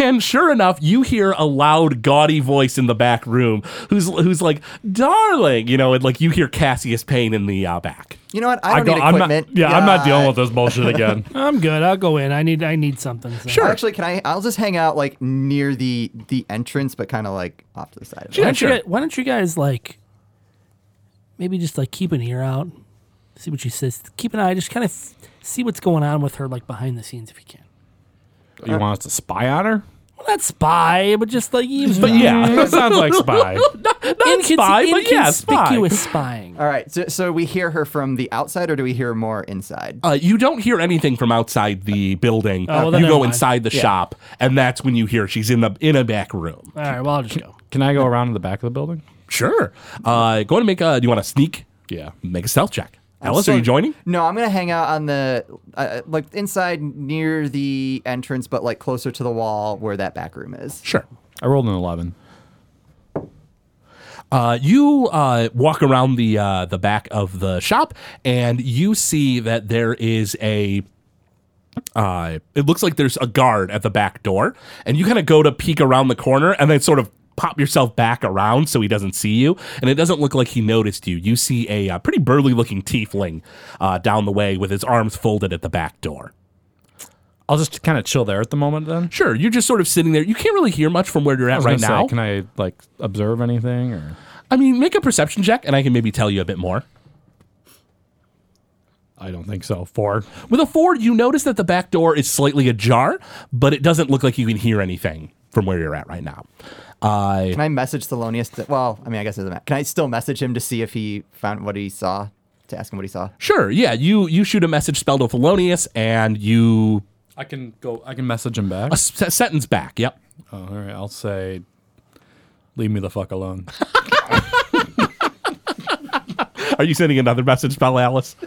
Speaker 6: And sure enough, you hear a loud, gaudy voice in the back room, who's who's like, "Darling," you know, and like you hear Cassius Payne in the uh, back.
Speaker 3: You know what? I don't need
Speaker 5: I'm not,
Speaker 3: equipment.
Speaker 5: yeah, I'm not dealing
Speaker 3: God.
Speaker 5: with this bullshit again.
Speaker 4: I'm good. I'll go in. I need I need something. So.
Speaker 6: Sure.
Speaker 3: Uh, Actually, can I? I'll just hang out like near the the entrance, but kind of like off to the side. Of
Speaker 4: Why
Speaker 3: it.
Speaker 6: Yeah,
Speaker 4: don't, you
Speaker 6: sure.
Speaker 4: guys, why don't you guys like maybe just like keep an ear out, see what she says. Keep an eye, just kind of see what's going on with her like behind the scenes if you can.
Speaker 5: you want us to spy on her?
Speaker 4: Well, not spy, but just like eavesdrop.
Speaker 6: But yeah,
Speaker 5: That sounds like spy.
Speaker 6: not spy, but yeah, spy.
Speaker 4: inconspicuous spying.
Speaker 3: All right. So, so we hear her from the outside, or do we hear more inside?
Speaker 6: Uh, you don't hear anything from outside the building.
Speaker 4: Oh, well, then
Speaker 6: you
Speaker 4: never
Speaker 6: go
Speaker 4: mind.
Speaker 6: inside the shop, and that's when you hear she's in the in a back room.
Speaker 4: All right, well I'll just go.
Speaker 5: Can I go around to the back of the building?
Speaker 6: Sure. Uh, go ahead and make a. Do you want to sneak?
Speaker 5: Yeah.
Speaker 6: Make a stealth check. Alice,
Speaker 3: So-
Speaker 6: are you joining?
Speaker 3: No, I'm gonna hang out on the uh, like inside near the entrance, but like closer to the wall where that back room is.
Speaker 6: Sure.
Speaker 5: I rolled an 11.
Speaker 6: Uh, you uh, walk around the uh, the back of the shop, and you see that there is a uh, it looks like there's a guard at the back door, and you kind of go to peek around the corner and then sort of pop yourself back around so he doesn't see you. And it doesn't look like he noticed you. You see a uh, pretty burly looking tiefling uh, down the way with his arms folded at the back door.
Speaker 5: I'll just kind of chill there at the moment then.
Speaker 6: Sure, you're just sort of sitting there. You can't really hear much from where you're
Speaker 5: I
Speaker 6: at
Speaker 5: was
Speaker 6: right
Speaker 5: gonna say,
Speaker 6: now.
Speaker 5: can I like observe anything or
Speaker 6: I mean, make a perception check, and I can maybe tell you a bit more.
Speaker 5: I don't think so. Four.
Speaker 6: With a four, you notice that the back door is slightly ajar, but it doesn't look like you can hear anything from where you're at right now. Uh,
Speaker 3: Can I message Thelonious? To, well, I mean, I guess it doesn't matter. Can I still message him to see if he found what he saw? To ask him what he saw.
Speaker 6: sure, yeah, you you shoot a message spelled to Felonious, and you
Speaker 5: I can go I can message him back.
Speaker 6: a s- sentence back. Yep.
Speaker 5: Oh, all right, I'll say leave me the fuck alone.
Speaker 6: Are you sending another message spell, Alice?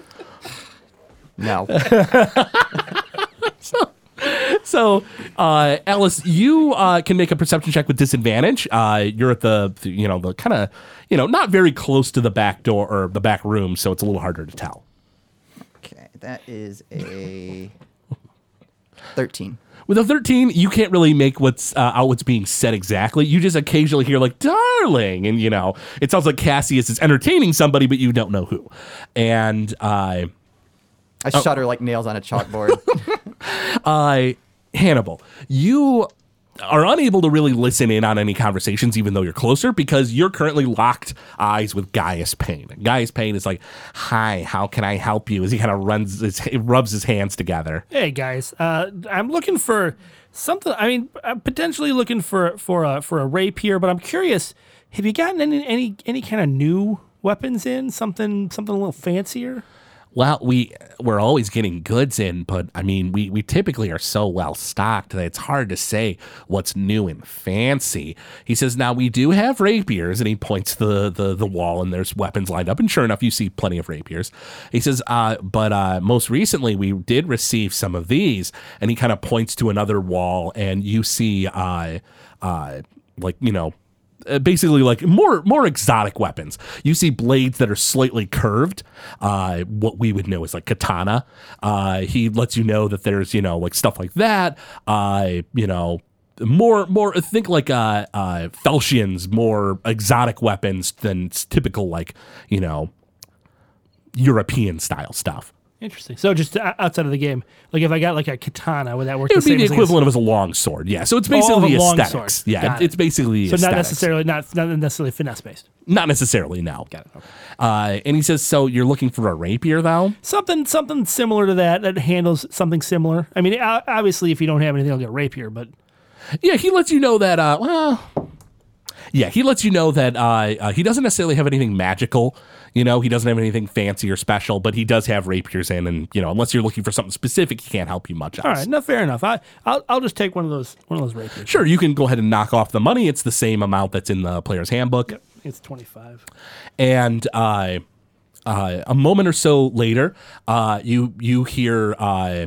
Speaker 3: No.
Speaker 6: So, uh, Alice, you uh, can make a perception check with disadvantage. Uh, you're at the, the- you know, the kind of, you know, not very close to the back door or the back room, so it's a little harder to tell.
Speaker 3: okay, that is a thirteen.
Speaker 6: With a 13, you can't really make what's uh, out what's being said exactly. You just occasionally hear like "darling," and you know it sounds like Cassius is entertaining somebody, but you don't know who. And uh,
Speaker 3: I shudder like nails on a chalkboard.
Speaker 6: I, Hannibal, you are unable to really listen in on any conversations, even though you're closer, because you're currently locked eyes with Gaius Payne. And Gaius Payne is like, "Hi, how can I help you?" As he kind of runs, his, he rubs his hands together.
Speaker 4: Hey guys, uh, I'm looking for something. I mean, I'm potentially looking for for a for a rape here, but I'm curious. Have you gotten any any any kind of new weapons in something something a little fancier?
Speaker 6: Well, we we're always getting goods in, but I mean, we we typically are so well stocked that it's hard to say what's new and fancy. He says, "Now we do have rapiers," and he points to the the the wall, and there's weapons lined up. And sure enough, you see plenty of rapiers. He says, uh, "But uh, most recently, we did receive some of these," and he kind of points to another wall, and you see, uh, uh, like you know, uh, basically like more more exotic weapons. You see blades that are slightly curved, uh, what we would know is like katana. Uh, he lets you know that there's you know like stuff like that. Uh, you know more more think like uh, uh, falchions, more exotic weapons than s- typical like you know European style stuff.
Speaker 4: Interesting. So just o- outside of the game, like if I got like a katana, would that work?
Speaker 6: It would
Speaker 4: the
Speaker 6: be
Speaker 4: same
Speaker 6: the
Speaker 4: as, like, a-
Speaker 6: equivalent of as a long sword, yeah. So it's
Speaker 4: Oh, of a
Speaker 6: basically
Speaker 4: long
Speaker 6: aesthetics,
Speaker 4: sword.
Speaker 6: yeah.
Speaker 4: Got
Speaker 6: It's
Speaker 4: it.
Speaker 6: basically
Speaker 4: so not
Speaker 6: aesthetics.
Speaker 4: necessarily not not necessarily finesse based.
Speaker 6: Not necessarily now. Got it. Uh, and he says, "So you're looking for a rapier, though?
Speaker 4: Something something similar to that that handles something similar. I mean, o- obviously, if you don't have anything, I'll get rape here. But
Speaker 6: Yeah, he lets you know that. Uh, well, yeah, he lets you know that uh, uh, he doesn't necessarily have anything magical. You know, he doesn't have anything fancy or special, but he does have rapiers in, and you know, unless you're looking for something specific, he can't help you much else.
Speaker 4: all right, no, fair enough. I I'll, I'll just take one of those one of those rapiers.
Speaker 6: Sure, you can go ahead and knock off the money. It's the same amount that's in the player's handbook.
Speaker 4: It's twenty five.
Speaker 6: and uh, uh, a moment or so later, uh, you you hear uh,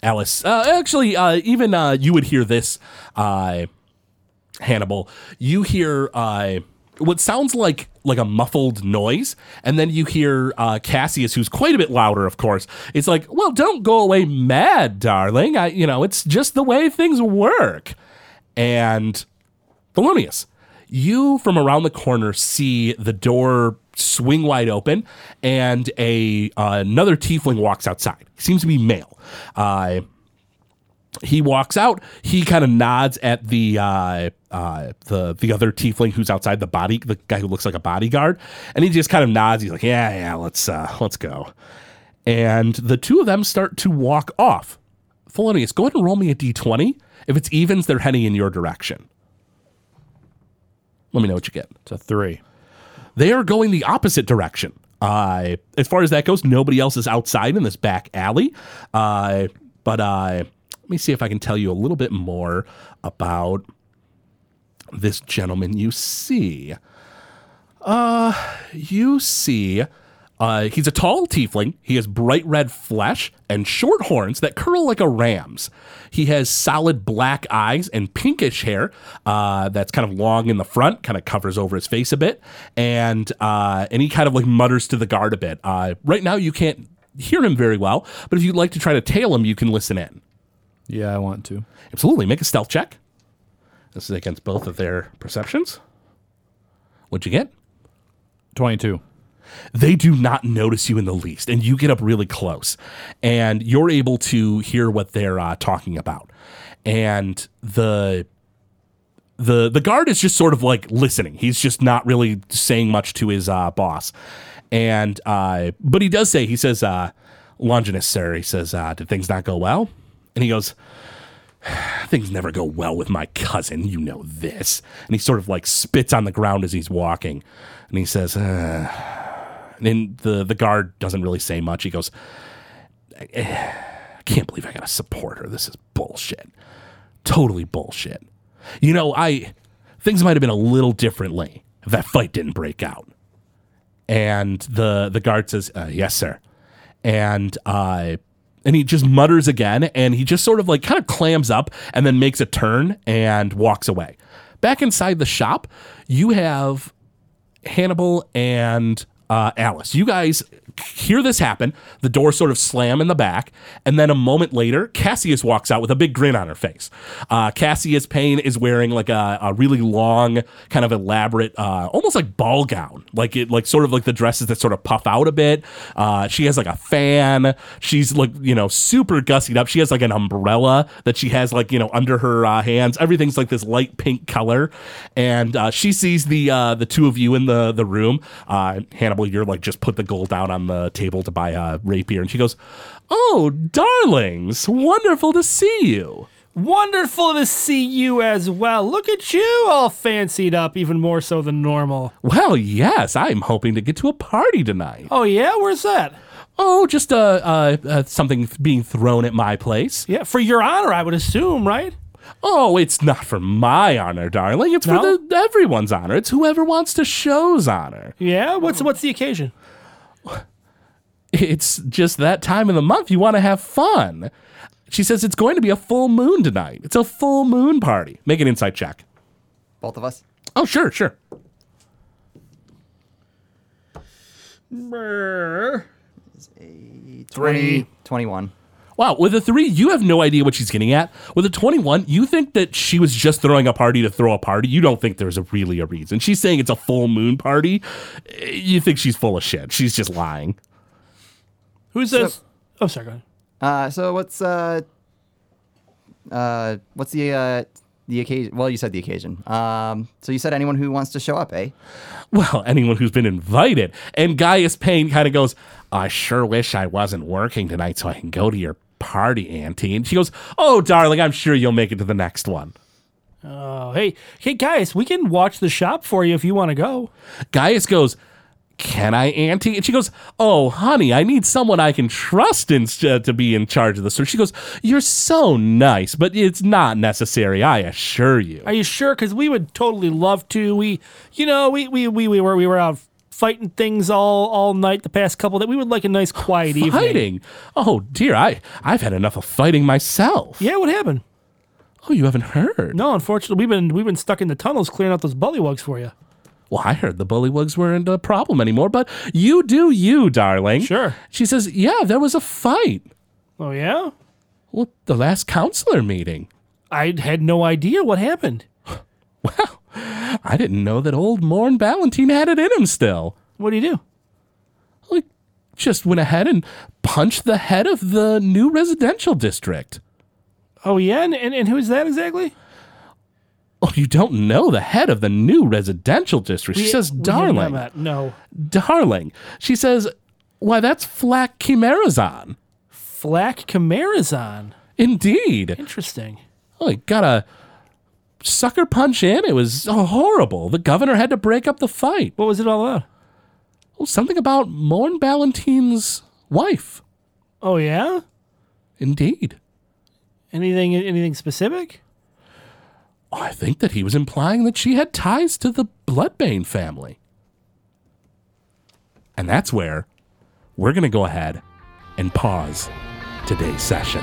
Speaker 6: Alice. Uh, actually, uh, even uh, you would hear this, uh, Hannibal. You hear uh, what sounds like like a muffled noise, and then you hear uh, Cassius, who's quite a bit louder, of course. It's like, well, don't go away mad, darling. I, you know, it's just the way things work, and. Thelonious, you from around the corner see the door swing wide open, and a uh, another tiefling walks outside. He seems to be male. Uh, he walks out. He kind of nods at the uh, uh, the the other tiefling who's outside the body, the guy who looks like a bodyguard, and he just kind of nods. He's like, "Yeah, yeah, let's uh, let's go." And the two of them start to walk off. Thelonious, go ahead and roll me a d20. If it's evens, they're heading in your direction. Let me know what you get.
Speaker 5: It's a three.
Speaker 6: They are going the opposite direction. Uh, as far as that goes, nobody else is outside in this back alley. Uh, but uh, let me see if I can tell you a little bit more about this gentleman you see. Uh, you see, uh, he's a tall tiefling. He has bright red flesh and short horns that curl like a ram's. He has solid black eyes and pinkish hair uh, that's kind of long in the front, kind of covers over his face a bit, and uh, and he kind of like mutters to the guard a bit. Uh, right now, you can't hear him very well, but if you'd like to try to tail him, you can listen in.
Speaker 5: Yeah, I want to.
Speaker 6: Absolutely. Make a stealth check. This is against both of their perceptions. What'd you get?
Speaker 5: 22.
Speaker 6: they do not notice you in the least and you get up really close and you're able to hear what they're uh, talking about and the the the guard is just sort of like listening he's just not really saying much to his uh, boss and uh, but he does say he says uh, longinus sir he says uh, did things not go well and he goes things never go well with my cousin. You know this. And he sort of like spits on the ground as he's walking. And he says, uh, and the, the guard doesn't really say much. He goes, I, I can't believe I got to support her. This is bullshit. Totally bullshit. You know, I, things might have been a little differently if that fight didn't break out. And the, the guard says, uh, yes, sir and uh and he just mutters again and he just sort of like kind of clams up and then makes a turn and walks away. Back inside the shop, you have Hannibal and uh, Alice. You guys hear this happen. The door sort of slam in the back, and then a moment later, Cassius walks out with a big grin on her face. Uh, Cassius Payne is wearing like a, a really long, kind of elaborate, uh, almost like ball gown, like it, like sort of like the dresses that sort of puff out a bit. Uh, she has like a fan. She's like you know super gussied up. She has like an umbrella that she has like you know under her uh, hands. Everything's like this light pink color, and uh, she sees the uh, the two of you in the the room. Uh, Hannibal, you're like just put the gold down on the table to buy a rapier, and she goes, "Oh, darlings, wonderful to see you."
Speaker 4: Wonderful to see you as well. Look at you all fancied up, even more so than normal.
Speaker 6: Well, yes, I'm hoping to get to a party tonight.
Speaker 4: Oh, yeah? Where's that?
Speaker 6: Oh, just uh, uh, uh something being thrown at my place.
Speaker 4: Yeah, for your honor, I would assume, right?
Speaker 6: Oh, it's not for my honor, darling. It's
Speaker 4: No?
Speaker 6: for the, everyone's honor. It's whoever wants to show's honor.
Speaker 4: Yeah? What's what's the occasion?
Speaker 6: It's just that time of the month you want to have fun. She says it's going to be a full moon tonight. It's a full moon party. Make an insight check.
Speaker 3: Both of us.
Speaker 6: Oh, sure, sure.
Speaker 3: Three. 21.
Speaker 6: Wow, with a three, you have no idea what she's getting at. With a 21, you think that she was just throwing a party to throw a party. You don't think there's a, really a reason. She's saying it's a full moon party. Eh, You think she's full of shit. She's just lying.
Speaker 4: Who's this? oh, sorry, go ahead.
Speaker 3: Uh, so what's uh, uh, what's the uh, the occasion? Well, you said the occasion. Um, so you said anyone who wants to show up, eh?
Speaker 6: Well, anyone who's been invited. And Gaius Payne kind of goes, I sure wish I wasn't working tonight so I can go to your party, Auntie. And she goes, Oh, darling, I'm sure you'll make it to the next one.
Speaker 4: Oh, hey, hey, guys, we can watch the shop for you if you want to go.
Speaker 6: Gaius goes, Can I, Auntie? And she goes, Oh, honey, I need someone I can trust in, uh, to be in charge of this. So she goes, You're so nice, but it's not necessary, I assure you.
Speaker 4: Are you sure? Because we would totally love to. We, you know, we we we, we were we were out fighting things all all night the past couple. That we would like a nice quiet evening.
Speaker 6: Fighting? Oh, dear, I, I've had enough of fighting myself.
Speaker 4: Yeah, what happened?
Speaker 6: Oh, you haven't heard?
Speaker 4: No, unfortunately, we've been we've been stuck in the tunnels clearing out those bullywugs for you.
Speaker 6: Well, I heard the bullywugs weren't a problem anymore, but you do you, darling.
Speaker 4: Sure.
Speaker 6: She says, Yeah, there was a fight.
Speaker 4: Oh yeah,
Speaker 6: Well, the last counselor meeting.
Speaker 4: I had no idea what happened.
Speaker 6: Well, I didn't know that old Morn Valentine had it in him still.
Speaker 4: What do you do?
Speaker 6: Like, just went ahead and punched the head of the new residential district.
Speaker 4: Oh yeah, and and, and who's that exactly?
Speaker 6: Oh, you don't know the head of the new residential district. She says,
Speaker 4: We- we didn't know
Speaker 6: Darling,
Speaker 4: that. No,
Speaker 6: darling. She says, Why, that's Flack Chimerazon.
Speaker 4: Flack Chimerazon.
Speaker 6: Indeed.
Speaker 4: Interesting.
Speaker 6: Oh, he got a sucker punch in. It was horrible. The governor had to break up the fight.
Speaker 4: What was it all about?
Speaker 6: Oh, something about Morn Ballantine's wife.
Speaker 4: Oh yeah,
Speaker 6: Indeed.
Speaker 4: anything anything specific?
Speaker 6: Oh, I think that he was implying that she had ties to the Bloodbane family. And that's where we're going to go ahead and pause today's session.